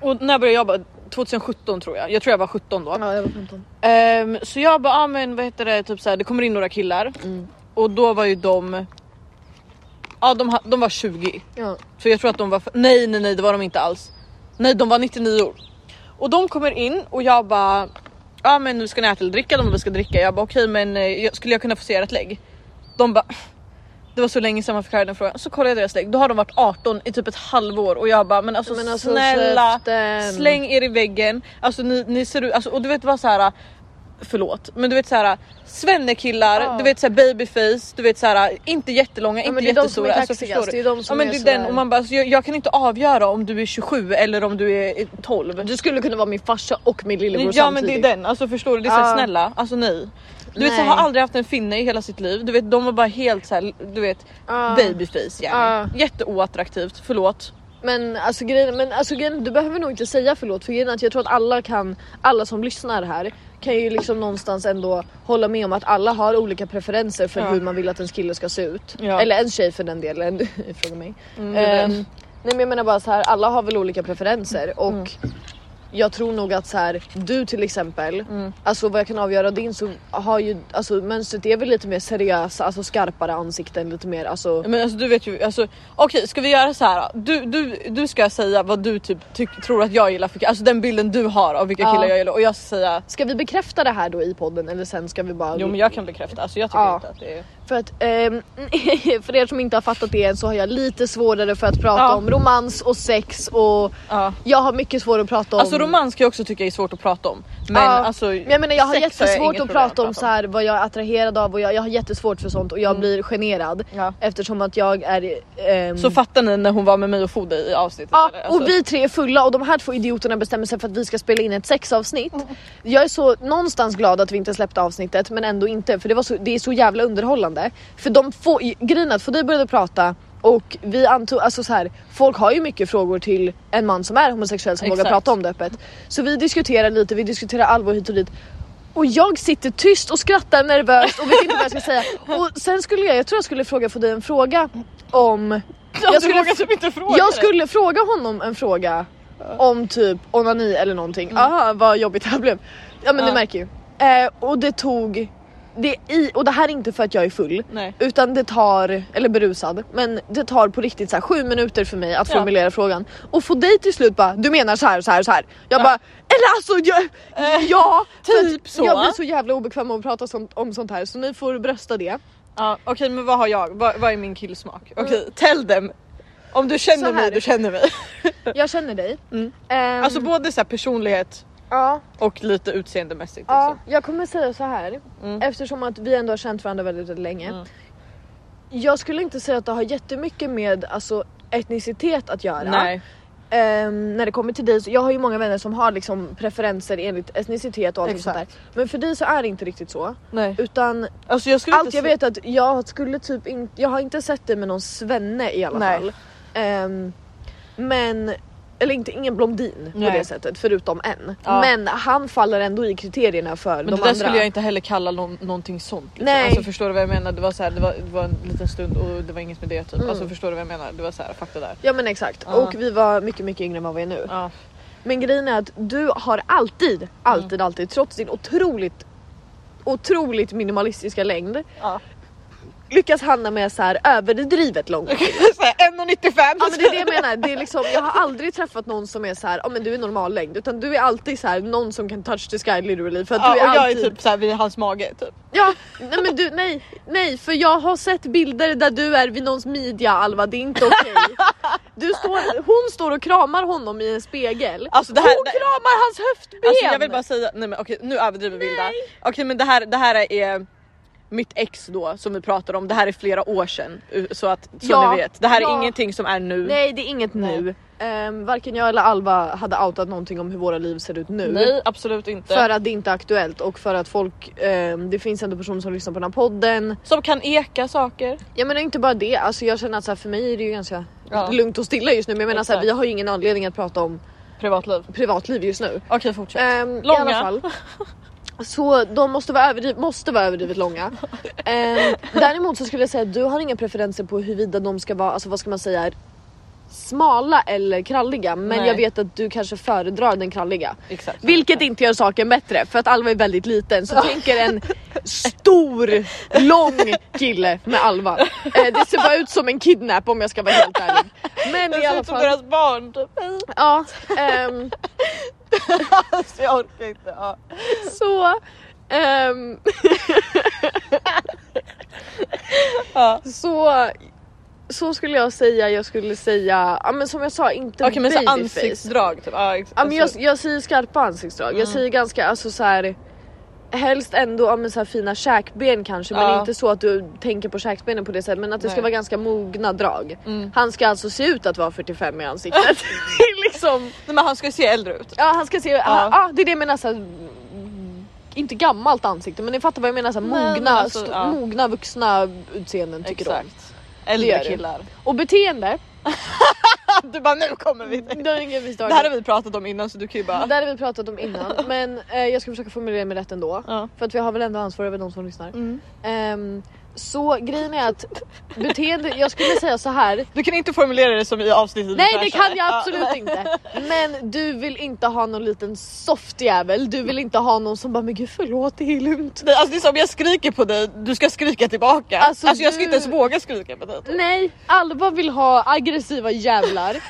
S2: och när jag började jobba? 2017 tror jag. Jag tror jag var 17 då.
S1: jag var 15.
S2: Ehm, så jag bara, ah, men vad heter det, typ så här, det kommer in några killar
S1: Mm.
S2: och då var ju de, ja de, ha- de var 20.
S1: Ja.
S2: För jag tror att de var, nej nej nej det var de inte alls. Nej de var 99 år. Och de kommer in och jag bara, ja men nu ska ni äta eller dricka, de bara, vi ska dricka. Jag bara okej men eh, jag- skulle jag kunna få se ert lägg? De bara, det var så länge sedan man fick höra den frågan. Så kollar jag deras lägg, då har de varit 18 i typ ett halvår och jag bara men alltså,
S1: Men alltså, ehm,
S2: snälla
S1: käften.
S2: släng er i väggen. Alltså ni, ni ser ut, alltså, och du vet vad så här. Förlåt men du vet såhär svennekillar,
S1: Ja.
S2: du vet såhär babyface, du vet såhär inte jättelånga,
S1: Ja,
S2: inte
S1: men det är de som
S2: jättestora.
S1: är
S2: alltså,
S1: kaxigast,
S2: förstår du?
S1: det är de som
S2: ja, men
S1: är
S2: det är
S1: sådär.
S2: den, och man bara, alltså, jag, jag kan inte avgöra om du är 27 eller om du är 12.
S1: Du skulle kunna vara min farsa och min lillebror
S2: Ja men
S1: samtidigt.
S2: det är den, alltså förstår du? Det är såhär,
S1: Ja.
S2: snälla, alltså nej. Du vet så
S1: Nej.
S2: har aldrig haft en finne i hela sitt liv. Du vet de var bara helt såhär, du vet
S1: Ja.
S2: babyface gärna.
S1: Ja.
S2: Jätteoattraktivt, förlåt.
S1: Men alltså grejen, men alltså grejen, du behöver nog inte säga förlåt för grejen är att jag tror att alla kan, alla som lyssnar här kan ju liksom någonstans ändå hålla med om att alla har olika preferenser för
S2: Ja.
S1: hur man vill att ens kille ska se ut.
S2: Ja.
S1: Eller en tjej för den delen, fråga mig.
S2: Mm, det Mm. är
S1: Ehm,
S2: den.
S1: Nej men jag menar bara så här, alla har väl olika preferenser och jag tror nog att så här, du till exempel,
S2: Mm.
S1: alltså vad jag kan avgöra din så har ju, alltså mönstret är väl lite mer seriösa, alltså skarpare ansikten lite mer alltså.
S2: Men alltså du vet ju, alltså, okej ska vi göra så här? då? Du, du, du ska säga vad du typ tyck, tror att jag gillar för Alltså den bilden du har av vilka
S1: Ja.
S2: killar jag gillar och jag ska säga
S1: Ska vi bekräfta det här då i podden eller sen ska vi bara...
S2: Jo men jag kan bekräfta, alltså jag tycker
S1: Ja.
S2: inte att det är...
S1: För att ehm, för er som inte har fattat det än så har jag lite svårare för att prata
S2: Ja.
S1: om romans och sex och
S2: Ja.
S1: jag har mycket svårare att prata om
S2: Alltså romans kan jag också tycka är svårt att prata om. Men
S1: Ja,
S2: alltså
S1: men jag menar jag har
S2: sex jag
S1: jättesvårt
S2: inget
S1: att
S2: problem alltså. Mm.
S1: prata om så här vad jag är attraherad av och jag, jag har jättesvårt för sånt och jag blir generad
S2: Ja.
S1: eftersom att jag är... ehm,
S2: Så fattar ni när hon var med mig och Foda i avsnittet?
S1: Ja,
S2: eller? Alltså,
S1: och vi tre är fulla och de här två idioterna bestämmer sig för att vi ska spela in ett sexavsnitt. Jag är så någonstans glad att vi inte släppte avsnittet men ändå inte för det, var så, det är så jävla underhållande. För de få, grejen är att Foodie började prata och vi antog, alltså så här, folk har ju mycket frågor till en man som är homosexuell som vågar
S2: Exakt.
S1: prata om det öppet. Så vi diskuterar lite, vi diskuterar allvar hit och dit. Och jag sitter tyst och skrattar nervöst och vet inte vad jag ska säga. Och sen skulle jag, jag tror jag skulle fråga Foodie en fråga om... Jag
S2: jag skulle
S1: skulle
S2: vågar typ inte fråga
S1: jag
S2: det.
S1: skulle fråga honom en fråga om typ onani eller någonting. Aha vad jobbigt det här blev. Ja men
S2: Mm. Ja.
S1: det märker ju. Eh, och det tog, det är i, och det här är inte för att jag är full.
S2: Nej.
S1: Utan det tar, eller berusad, men det tar på riktigt så här sju minuter för mig att
S2: Ja.
S1: formulera frågan. Och få dig till slut bara, du menar så här och så här och så här. Jag
S2: Ja.
S1: bara, eller alltså jag,
S2: Eh,
S1: ja! för att
S2: typ så.
S1: Jag blir så jävla obekväm att prata sånt, om sånt här så ni får brösta det.
S2: Ja, Okej men vad har jag? Vad, vad är min killsmak? Okej tell them! Om du känner
S1: Mm. Så här. Mm.
S2: mig, du känner mig.
S1: Jag känner dig.
S2: Mm.
S1: Ehm,
S2: Alltså både så här personlighet
S1: ja.
S2: och lite utseendemässigt.
S1: Ja,
S2: Också.
S1: jag kommer säga så här.
S2: liksom. Mm.
S1: Eftersom att vi ändå har känt varandra väldigt, väldigt länge.
S2: Mm.
S1: Jag skulle inte säga att det har jättemycket med alltså, etnicitet att göra.
S2: Nej.
S1: Ehm, när det kommer till dig, så jag har ju många vänner som har liksom preferenser enligt etnicitet och allt sånt
S2: Exakt.
S1: där. Men för dig så är det inte riktigt så.
S2: Nej.
S1: Utan
S2: Alltså jag skulle
S1: allt
S2: inte
S1: jag
S2: se-
S1: vet är att jag skulle typ inte, jag har inte sett dig med någon svenne i alla
S2: Nej.
S1: fall. Ehm, men, eller inte, ingen blondin på
S2: Nej.
S1: det sättet förutom en.
S2: Ja.
S1: Men han faller ändå i kriterierna för de
S2: Men det
S1: andra.
S2: där skulle jag inte heller kalla någon, någonting sånt. Liksom.
S1: Nej.
S2: Alltså förstår du vad jag menar? Det var, så här, det, var, det var en liten stund och det var inget med det typ.
S1: Mm.
S2: Alltså förstår du vad jag menar? Det var så här, fuck det där.
S1: Ja men exakt
S2: Ja.
S1: och vi var mycket mycket yngre än vad vi är nu.
S2: Ja.
S1: Men grejen är att du har alltid, alltid,
S2: Mm.
S1: alltid trots din otroligt otroligt minimalistiska längd
S2: Ja.
S1: lyckas handla med så här överdrivet långt.
S2: Så här, 1,95!
S1: Ja men det är det jag menar, det är liksom, jag har aldrig träffat någon som är så här, ja men du är normal längd utan du är alltid så här någon som kan touch the sky literally för att
S2: Ja,
S1: du är
S2: och jag är
S1: alltid
S2: typ så här, vid hans mage typ.
S1: Ja, nej men du, nej, nej för jag har sett bilder där du är vid någons midja Alva, det är inte okej. Du står, hon står och kramar honom i en spegel.
S2: Alltså det här-
S1: hon
S2: det-
S1: kramar hans höftben!
S2: Alltså jag vill bara säga, nej men okej nu överdriver Vilda. Okej men det här, det här är mitt ex då som vi pratar om, det här är flera år sedan. u- Så att så
S1: Ja.
S2: ni vet, det här är
S1: Ja.
S2: ingenting som är nu.
S1: Nej det är inget nu. Ehm, varken jag eller Alva hade outat någonting om hur våra liv ser ut nu.
S2: Nej, absolut inte.
S1: För att det inte är aktuellt och för att folk, ehm, det finns ändå personer som lyssnar på den här podden.
S2: Som kan eka saker.
S1: Jag menar inte bara det, alltså jag känner att så här, för mig är det ju ganska
S2: Ja.
S1: lugnt och stilla just nu men jag menar så här,
S2: Exakt.
S1: vi har ju ingen anledning att prata om
S2: Privatliv.
S1: privatliv just nu.
S2: Okej fortsätt.
S1: Ehm, I
S2: Långa.
S1: alla fall. Så de måste vara, överdriv- måste vara överdrivet långa. Ehm, däremot så skulle jag säga att du har inga preferenser på huruvida de ska vara, alltså vad ska man säga, smala eller kralliga. Men
S2: Nej.
S1: jag vet att du kanske föredrar den kralliga.
S2: Exakt.
S1: Vilket inte gör saken bättre för att Alva är väldigt liten så tänker en stor, lång kille med Alva. Eh, det ser bara ut som en kidnap om jag ska vara helt ärlig. Men
S2: det
S1: i
S2: ser
S1: alla
S2: ut som
S1: fall.
S2: Alltså, deras barn typ.
S1: Ja, ehm,
S2: Alltså jag orkar inte. Ja.
S1: så. ehm,
S2: Ja.
S1: Så, så skulle jag säga, jag skulle säga, ja men som jag sa inte
S2: Okej men så här
S1: babyface.
S2: ansiktsdrag typ. Ja, ex-
S1: Ja men jag,
S2: alltså,
S1: jag säger skarpa ansiktsdrag,
S2: Mm.
S1: jag säger ganska alltså så här. Helst ändå ja, men så här fina käkben kanske men
S2: Ja.
S1: inte så att du tänker på käkbenen på det sättet men att det ska
S2: Nej.
S1: vara ganska mogna drag.
S2: Mm.
S1: Han ska alltså se ut att vara 45 i ansiktet. Det är liksom,
S2: Nej, men han ska ju se äldre ut.
S1: ja han ska se, ja. Ja, det är det jag menar så här, inte gammalt ansikte men ni fattar vad jag menar, så här,
S2: Nej, men
S1: mogna,
S2: alltså,
S1: st-
S2: ja.
S1: mogna vuxna utseenden tycker de.
S2: Exakt. Äldre
S1: gör det.
S2: killar.
S1: Och beteende.
S2: du bara nu kommer vi till.
S1: Då ringer vi
S2: Det här har
S1: starten.
S2: vi pratat om innan så du kan ju bara...
S1: Det här har vi pratat om innan men eh, jag ska försöka formulera mig rätt ändå.
S2: Ja.
S1: För att vi har väl ändå ansvar över de som lyssnar.
S2: Mm.
S1: Ehm, så grejen är att beteende, jag skulle säga så här.
S2: Du kan inte formulera det som i avsnittet. med
S1: Nej det
S2: Persson.
S1: kan jag
S2: Ja.
S1: absolut inte. Men du vill inte ha någon liten soft jävel. Du vill inte ha någon som bara men gud förlåt det är lugnt.
S2: Nej, Alltså det är som jag skriker på dig, du ska skrika tillbaka.
S1: Alltså,
S2: Alltså, jag ska
S1: du-
S2: inte ens våga skrika på dig.
S1: Nej, Alva vill ha aggressiva jävlar.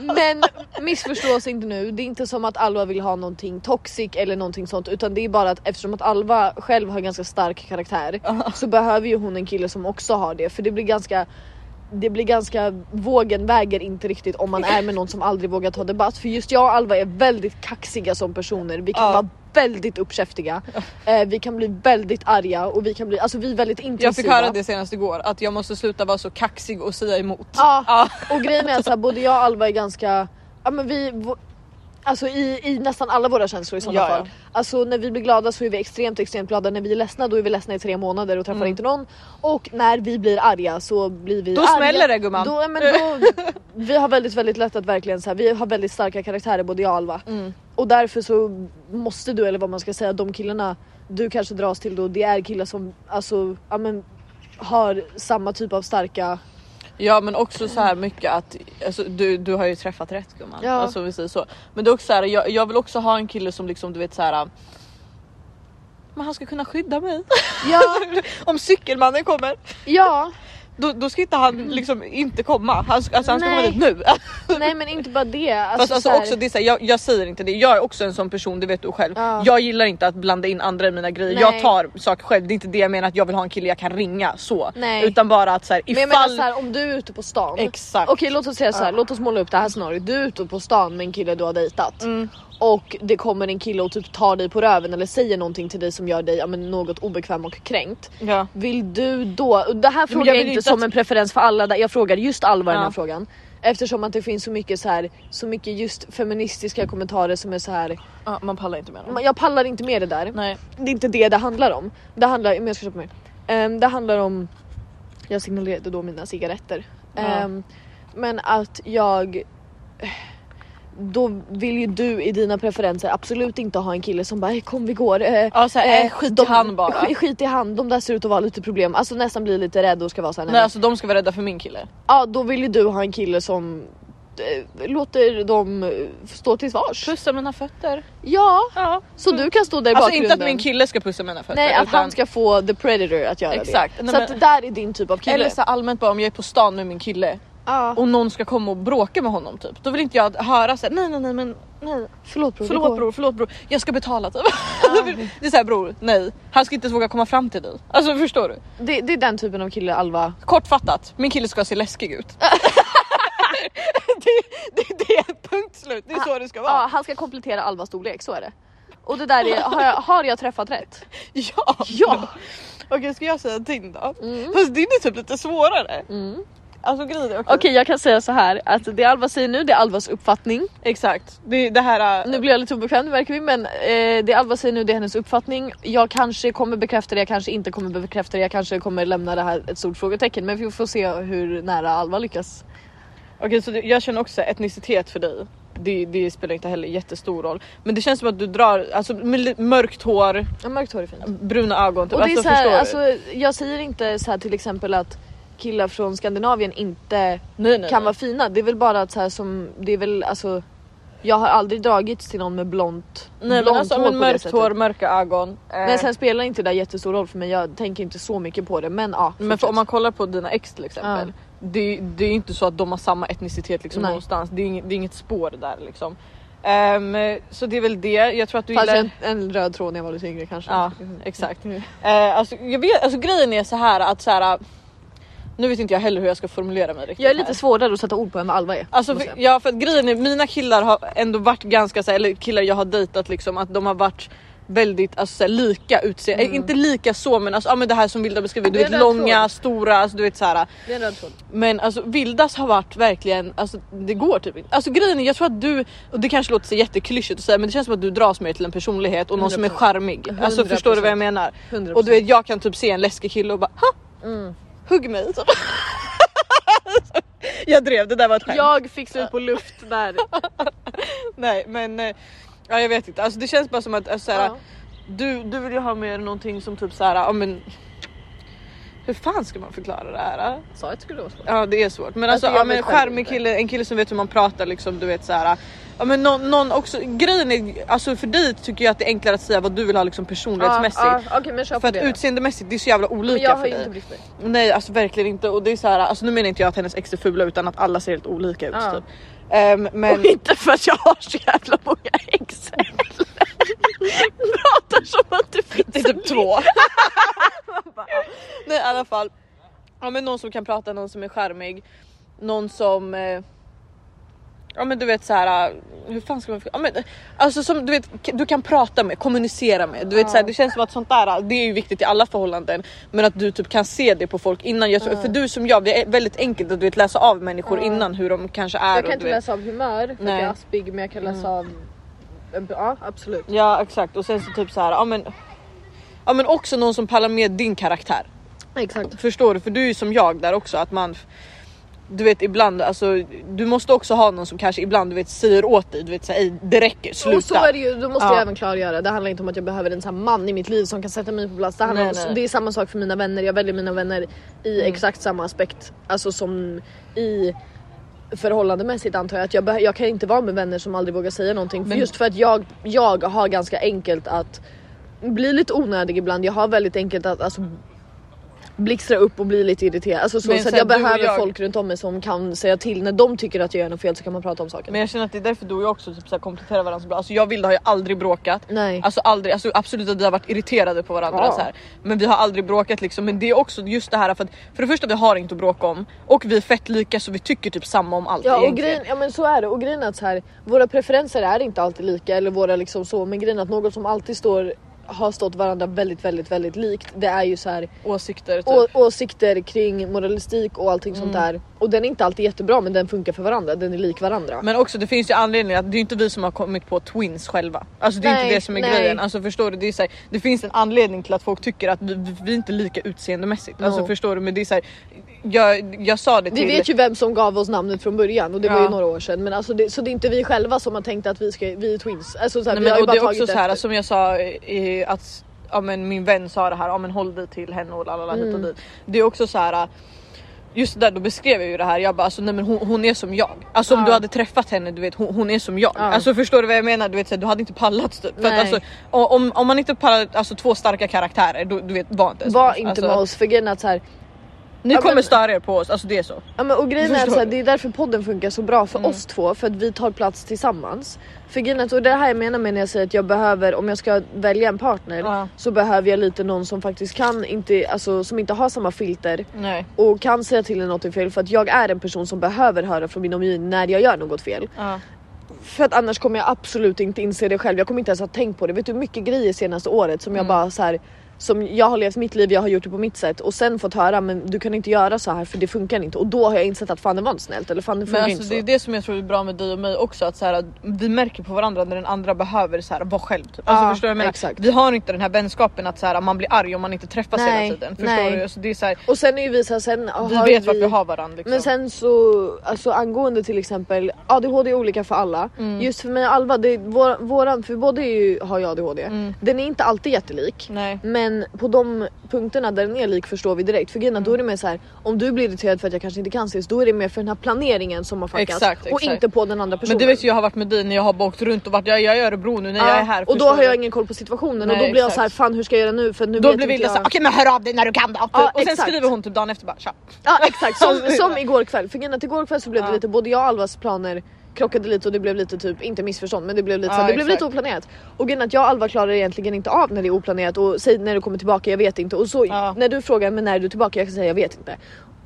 S1: Men missförstå oss inte nu, det är inte som att Alva vill ha någonting toxic eller någonting sånt utan det är bara att eftersom att Alva själv har ganska stark karaktär så behöver ju hon en kille som också har det för det blir ganska det blir ganska, vågen väger inte riktigt om man är med någon som aldrig vågar ta debatt för just jag och Alva är väldigt kaxiga som personer, vi kan
S2: Ja.
S1: vara väldigt uppkäftiga, eh, vi kan bli väldigt arga och vi kan bli, alltså vi är väldigt intensiva.
S2: Jag fick höra det senast igår, att jag måste sluta vara så kaxig och säga emot.
S1: Ja.
S2: Ja.
S1: Och grejen är att så här, både jag och Alva är ganska, ja men vi, vå- alltså i, i nästan alla våra känslor i sådana
S2: Ja, ja.
S1: fall. Alltså när vi blir glada så är vi extremt extremt glada, när vi är ledsna då är vi ledsna i tre månader och träffar inte någon. Och när vi blir arga så blir vi
S2: Mm. Då
S1: arga.
S2: smäller det, gumman.
S1: Då, ja, men då, vi har väldigt väldigt lätt att verkligen så här, vi har väldigt starka karaktärer både jag och Alva.
S2: Mm.
S1: Och därför så måste du, eller vad man ska säga, de killarna du kanske dras till då, det är killar som alltså, ja men har samma typ av starka
S2: Ja men också så här mycket att alltså, du, du har ju träffat rätt gumman.
S1: Ja.
S2: Alltså, vi säger så. Men det är också så här, jag, jag vill också ha en kille som liksom du vet så här. Men han ska kunna skydda mig.
S1: Ja,
S2: Om cykelmannen kommer
S1: ja.
S2: då, då ska inte han liksom inte komma. Han, ska- alltså, han ska komma
S1: Mm. Nej.
S2: dit nu.
S1: Nej men inte bara det.
S2: Fast
S1: Alltså,
S2: alltså
S1: så här-
S2: också det är så här, jag, jag säger inte det, jag är också en sån person, det vet du själv.
S1: Ja.
S2: Jag gillar inte att blanda in andra i mina grejer,
S1: Nej.
S2: jag tar saker själv. Det är inte det jag menar att jag vill ha en kille jag kan ringa så.
S1: Nej.
S2: Utan bara att så här,
S1: men jag
S2: ifall...
S1: menar såhär om du är ute på stan.
S2: Exakt.
S1: Okej låt oss säga så här, låt oss måla upp det här scenariot. Du är ute på stan med en kille du har dejtat.
S2: Mm.
S1: Och det kommer en kille och typ tar dig på röven eller säger någonting till dig som gör dig ja, men, något obekväm och kränkt.
S2: Ja.
S1: Vill du då, och det här frågar
S2: jag
S1: jag,
S2: vill
S1: inte
S2: inte
S1: som
S2: att-
S1: en preferens för alla, där- jag frågar just Alva den här
S2: Ja.
S1: frågan. Eftersom att det finns så mycket så här, så mycket just feministiska kommentarer som är så här.
S2: Ja, man pallar inte med dem.
S1: jag pallar inte med det där.
S2: Nej.
S1: det är inte det det handlar om. Det handlar, men jag ska köpa mer. Ehm, det handlar om, jag signalerade då mina cigaretter. Ehm, men att jag, då vill ju du i dina preferenser absolut inte ha en kille som bara "Eh, kom vi går. eh,
S2: Ja, så här,
S1: eh,
S2: eh, skit
S1: de-
S2: i han bara.
S1: sk- Skit i han, de där ser ut att vara lite problem. Alltså nästan blir lite rädd och ska vara såhär.
S2: Nej alltså de ska vara rädda för min kille.
S1: Ja då vill ju du ha en kille som eh, låter dem eh, stå till svars.
S2: Pussa mina fötter.
S1: Ja,
S2: Ja.
S1: så du kan stå där i
S2: Alltså
S1: bakgrunden.
S2: inte att min kille ska pussa mina fötter.
S1: Nej att
S2: utan-
S1: han ska få the predator att göra
S2: Exakt.
S1: det.
S2: Nej,
S1: så
S2: men-
S1: att där är din typ av kille.
S2: Eller så här, allmänt bara om jag är på stan med min kille
S1: Ja.
S2: och någon ska komma och bråka med honom typ. Då vill inte jag höra såhär nej nej nej men nej.
S1: Förlåt bror.
S2: Förlåt bror, förlåt bror, jag ska betala typ. det är såhär bror, nej. Han ska inte ens våga komma fram till dig. Alltså förstår du?
S1: Det, det är den typen av kille Alva.
S2: Kortfattat, min kille ska se läskig ut. det, det, det är punkt slut, det är så det ska
S1: Ja
S2: vara.
S1: han ska komplettera Alvas storlek, så är det. Och det där är, har jag, har jag träffat rätt?
S2: Ja!
S1: Ja.
S2: Okej ska jag säga din då?
S1: Mm.
S2: Fast din är typ lite svårare. Alltså grejen är-
S1: Okej jag kan säga så här att det Alva säger nu det är Alvas uppfattning.
S2: Exakt, det, det här... äh,
S1: Nu blir jag lite obekväm det märker vi men eh, det Alva säger nu det är hennes uppfattning. Jag kanske kommer bekräfta det, jag kanske inte kommer bekräfta det, jag kanske kommer lämna det här ett stort frågetecken men vi får se hur nära Alva lyckas.
S2: Okej så det, jag känner också etnicitet för dig. Det, det spelar inte heller jättestor roll. Men det känns som att du drar, alltså med mörkt hår,
S1: Ja, mörkt hår är fint.
S2: bruna ögon typ.
S1: Och det är
S2: alltså,
S1: så här,
S2: förstår du?
S1: alltså, jag säger inte så här till exempel att killar från Skandinavien inte
S2: nej, nej,
S1: kan
S2: nej.
S1: vara fina. Det är väl bara att så här som, det är väl alltså jag har aldrig dragits till någon med blont,
S2: Nej men
S1: blont
S2: alltså
S1: hår
S2: men
S1: på det
S2: mörkt
S1: sättet.
S2: hår, mörka ögon. eh,
S1: Men sen spelar inte det där jättestor roll för mig, jag tänker inte så mycket på det. Men ja.
S2: men för
S1: fortsätt.
S2: om man kollar på dina ex till exempel.
S1: Ja.
S2: Det, det är ju inte så att de har samma etnicitet liksom
S1: Nej.
S2: någonstans. Det är, inget, det är inget spår där liksom. Ehm, så det är väl det. Jag tror att du
S1: Fast
S2: gillar...
S1: en, en röd tråd när jag var lite yngre kanske.
S2: Ja exakt. Eh, alltså, jag vet, alltså, grejen är så här att så här. Nu vet inte jag heller hur jag ska formulera mig riktigt.
S1: Jag är
S2: här.
S1: lite svårare att sätta ord på än vad Alva är.
S2: Alltså
S1: måste
S2: för,
S1: jag
S2: ja för att grejen är mina killar har ändå varit ganska så här, eller killar jag har dejtat liksom att de har varit väldigt alltså, så här, lika utseende, Eh, inte lika så men alltså ja, men det här som Vilda beskriver, du
S1: Mm. Det är
S2: vet
S1: det jag
S2: långa,
S1: tror.
S2: stora, alltså, du vet så här.
S1: säga. Det är en röd tråd.
S2: Men alltså Vildas har varit verkligen, alltså det går typ inte. Alltså grejen är jag tror att du, och det kanske låter så jätteklyschigt att säga men det känns som att du dras mer till en personlighet och någon som är
S1: 100%.
S2: charmig. Alltså förstår du vad jag menar?
S1: 100%.
S2: Och du vet jag kan typ se en läskig kille och bara ha! Hugg mig! typ. Jag drev, det där var ett skämt.
S1: Jag fick slut på luft där.
S2: Nej men eh, ja, jag vet inte, alltså, det känns bara som att alltså, såhär,
S1: Ja.
S2: du, du vill ju ha mer någonting som typ såhär, ja men hur fan ska man förklara det här? eh?
S1: Sa jag att det skulle vara svårt.
S2: Ja det är svårt men alltså,
S1: Alltså, jag
S2: ja, men
S1: vet själv
S2: charmig
S1: inte.
S2: kille, en kille som vet hur man pratar liksom du vet såhär. Ja men någon, någon också, grejen är alltså för dig tycker jag att det är enklare att säga vad du vill ha liksom personlighetsmässigt.
S1: Ja, ja, Okej men kör
S2: För
S1: på
S2: att
S1: det då.
S2: utseendemässigt det är så jävla olika
S1: Men jag har
S2: för
S1: ju
S2: dig.
S1: inte brytt mig.
S2: Nej alltså verkligen inte och det är så här, alltså nu menar inte jag att hennes ex är fula utan att alla ser helt olika ut
S1: Ja.
S2: typ. Ehm, men
S3: Och inte för att jag har så jävla många ex heller. Pratar som att du finns
S2: det är typ två. Nej i alla fall. Ja men någon som kan prata, någon som är charmig. Någon som... Eh, ja men du vet så här. eh, hur fan ska man... Ja, men, eh, alltså som du vet, k- du kan prata med, kommunicera med. Du vet, så här, det känns som att sånt där, eh, det är ju viktigt i alla förhållanden. Men att du typ kan se det på folk innan. Jag, tror- För du som jag, det är väldigt enkelt att du vet läsa av människor innan hur de kanske är.
S1: Jag
S2: och
S1: kan inte
S2: du vet.
S1: läsa av humör för att
S2: Nej.
S1: jag är aspig men jag kan läsa
S3: Mm.
S1: av... Ja absolut.
S2: Ja exakt och sen så typ så här, ja men... Ja men också någon som pallar med din karaktär.
S1: Exakt.
S2: Förstår du? För du är ju som jag där också att man du vet ibland, alltså, du måste också ha någon som kanske ibland du vet, säger åt dig, du vet, så här, "Ey, det räcker, sluta.
S1: Och så är det ju, då måste
S2: Ja.
S1: jag även klargöra. Det handlar inte om att jag behöver en sån här man i mitt liv som kan sätta mig på plats. Det, handlar
S2: Nej,
S1: om,
S2: nej. Mm.
S1: det är samma sak för mina vänner. Jag väljer mina vänner i exakt samma aspekt. Alltså som i förhållandemässigt antar jag. Att jag, beh- jag kan inte vara med vänner som aldrig vågar säga någonting. För
S2: Men-
S1: just för att jag, jag har ganska enkelt att bli lite onödig ibland. Jag har väldigt enkelt att alltså, blixtra upp och bli lite irriterad. Alltså, så
S2: Men
S1: så att
S2: sen
S1: jag
S2: du och
S1: behöver
S2: jag-
S1: folk runt om mig som kan säga till. När de tycker att jag gör något fel så kan man prata om saken.
S2: Men jag känner att det är därför du och jag också typ, så här, kompletterar varandra så bra. Alltså, jag och Vilda har ju aldrig bråkat.
S1: Nej.
S2: Alltså aldrig, alltså absolut att vi har varit irriterade på varandra
S1: Ja.
S2: så här. Men vi har aldrig bråkat liksom. Men det är också just det här för att för det första vi har inte att bråka om och vi är fett lika så vi tycker typ samma om allt
S1: Ja, och
S2: egentligen.
S1: grejen, ja men så är det och grejen är att så här, våra preferenser är inte alltid lika eller våra liksom så men grejen är att något som alltid står har stått varandra väldigt väldigt väldigt likt det är ju så här
S2: Åsikter typ. Mm.
S1: å, åsikter kring moralistik och allting sånt där och den är inte alltid jättebra men den funkar för varandra den är lik varandra.
S2: Men också det finns ju anledningar att det är inte vi som har kommit på twins själva. Alltså det är
S1: Nej,
S2: inte det som är
S1: nej.
S2: grejen. Alltså förstår du? Det, är så här, det finns en anledning till att folk tycker att vi, vi- vi är inte lika utseendemässigt. Alltså
S1: No.
S2: förstår du? Men det är så här, jag, jag sa det
S1: Vi
S2: till...
S1: vet ju vem som gav oss namnet från början och det var
S2: Ja.
S1: ju några år sedan men alltså det, så det är inte vi själva som har tänkt att vi, ska, vi är twins. Alltså så här,
S2: Nej,
S1: vi
S2: men,
S1: har ju
S2: och
S1: bara
S2: det är
S1: tagit
S2: också så här alltså-
S1: efter.
S2: som jag sa eh, att ja, men min vän sa det här, ja, men håll dig till henne och lalala hit och
S1: Mm.
S2: dit. Det är också så här. eh, Just det där då beskrev jag ju det här, jag bara alltså nej men hon, hon är som jag. Alltså om
S1: Ja.
S2: du hade träffat henne, du vet hon, hon är som jag. Alltså förstår du vad jag menar? Du vet så här, du hade inte pallat typ. För att,
S1: Nej.
S2: alltså, o- om, om man inte pallar alltså två starka karaktärer, då, du vet var inte ens
S1: Var
S2: med oss.
S1: inte
S2: alltså,
S1: med oss för grejen är att så här,
S2: Ni
S1: Ja,
S2: kommer
S1: men-
S2: störa er på oss, alltså det är så.
S1: Ja, men och grejen är
S2: Förstår Mm.
S1: så här,
S2: du?
S1: det är därför podden funkar så bra för oss två för att vi tar plats tillsammans. För grejen är att, och det är här jag menar med när jag säger att jag behöver, om jag ska välja en partner
S2: Ja.
S1: så behöver jag lite någon som faktiskt kan inte, alltså som inte har samma filter
S2: Nej.
S1: och kan säga till när något är fel för att jag är en person som behöver höra från min omgivning när jag gör något fel.
S2: Ja.
S1: För att annars kommer jag absolut inte inse det själv. Jag kommer inte ens ha tänkt på det. Vet du hur mycket grejer senaste året
S2: Mm.
S1: som jag bara så här som jag har levt mitt liv, jag har gjort det på mitt sätt och sen fått höra men du kan inte göra så här för det funkar inte och då har jag insett att fan det var inte snällt eller fan det funkar
S2: Men alltså,
S1: inte
S2: det är
S1: så.
S2: det som jag tror är bra med dig och mig också att så här, att vi märker på varandra när den andra behöver så här, vara själv. Typ. Alltså,
S1: Ja,
S2: förstår du vad jag menar?
S1: exakt.
S2: Vi har inte den här vänskapen att så här, man blir arg om man inte träffas
S1: Nej,
S2: hela tiden. Förstår
S1: nej.
S2: du? Alltså, det är så här,
S1: Och sen är ju vi så här, sen
S2: vi
S1: har
S2: vet varför vi har varandra. Liksom.
S1: Men sen så alltså angående till exempel ADHD är olika för alla.
S2: Mm.
S1: Just för mig och Alva, det är vår, våran, för både är ju, har ju ADHD.
S2: Mm.
S1: Den är inte alltid jättelik.
S2: Nej.
S1: Men på de punkterna där den är lik förstår vi direkt. För grejen är att då är
S2: Mm.
S1: det mer så här, om du blir irriterad för att jag kanske inte kan ses, då är det mer för den här planeringen som har fuckats.
S2: Exakt,
S1: Och
S2: exakt.
S1: inte på den andra personen.
S2: Men det vet ju jag har varit med dig när jag har bara åkt runt och varit jag, jag är i Örebro nu när
S1: Ja,
S2: jag är här.
S1: och då
S2: förstår
S1: har jag
S2: du?
S1: ingen koll på situationen
S2: Nej,
S1: och då blir jag så här,
S2: exakt.
S1: fan hur ska jag göra nu? För nu
S2: då
S1: vet
S2: blir
S1: inte
S2: Vilda
S1: jag.
S2: såhär okej men hör av dig när du kan då. typ.
S1: Ja,
S2: och sen
S1: exakt.
S2: skriver hon typ dagen efter bara tja.
S1: Ja exakt,
S2: Alltså,
S1: som,
S2: det-
S1: som igår kväll. För grejen är att igår kväll så blev
S2: Ja.
S1: det lite, både jag och Alvas planer krockade lite och det blev lite typ, inte missförstånd men det blev lite, så
S2: Ja,
S1: här, det blev
S2: exakt.
S1: lite oplanerat. Och grejen är att jag och Alva klarar egentligen inte av när det är oplanerat och säg när du kommer tillbaka, jag vet inte. Och så
S2: Ja.
S1: när du frågar men när är du tillbaka, jag kan säga jag vet inte.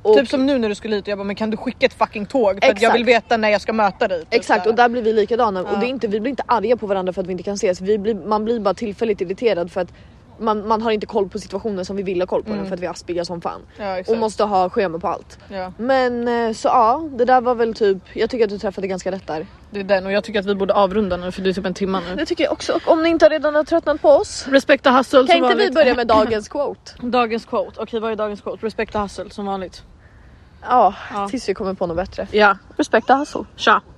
S1: Och,
S2: Typ som nu när du skulle hit och jag bara men kan du skicka ett fucking tåg för att jag
S1: Exakt.
S2: vill veta när jag ska möta dig. Typ
S1: Exakt
S2: så här.
S1: och där blir vi likadana
S2: Ja.
S1: och det är inte, vi blir inte arga på varandra för att vi inte kan ses. Vi blir, man blir bara tillfälligt irriterad för att man, man har inte koll på situationen som vi vill ha koll på den för att vi är aspiga som fan.
S2: Ja, exakt.
S1: och måste ha schema på allt.
S2: Ja.
S1: Men eh, så ja, det där var väl typ, jag tycker att du träffade ganska rätt där.
S2: Det är den och jag tycker att vi borde avrunda nu för det är typ en timme nu.
S1: Det tycker jag också, och om ni inte redan har tröttnat på oss.
S2: Respekta hustle
S1: Kan
S2: som
S1: inte vi
S2: vanligt.
S1: börja med dagens quote?
S2: Dagens quote, okej vad är dagens quote? Respekta hustle som vanligt.
S4: Ja,
S2: Ja.
S4: tills vi kommer på något bättre.
S2: Ja, respecta hustle. Tja!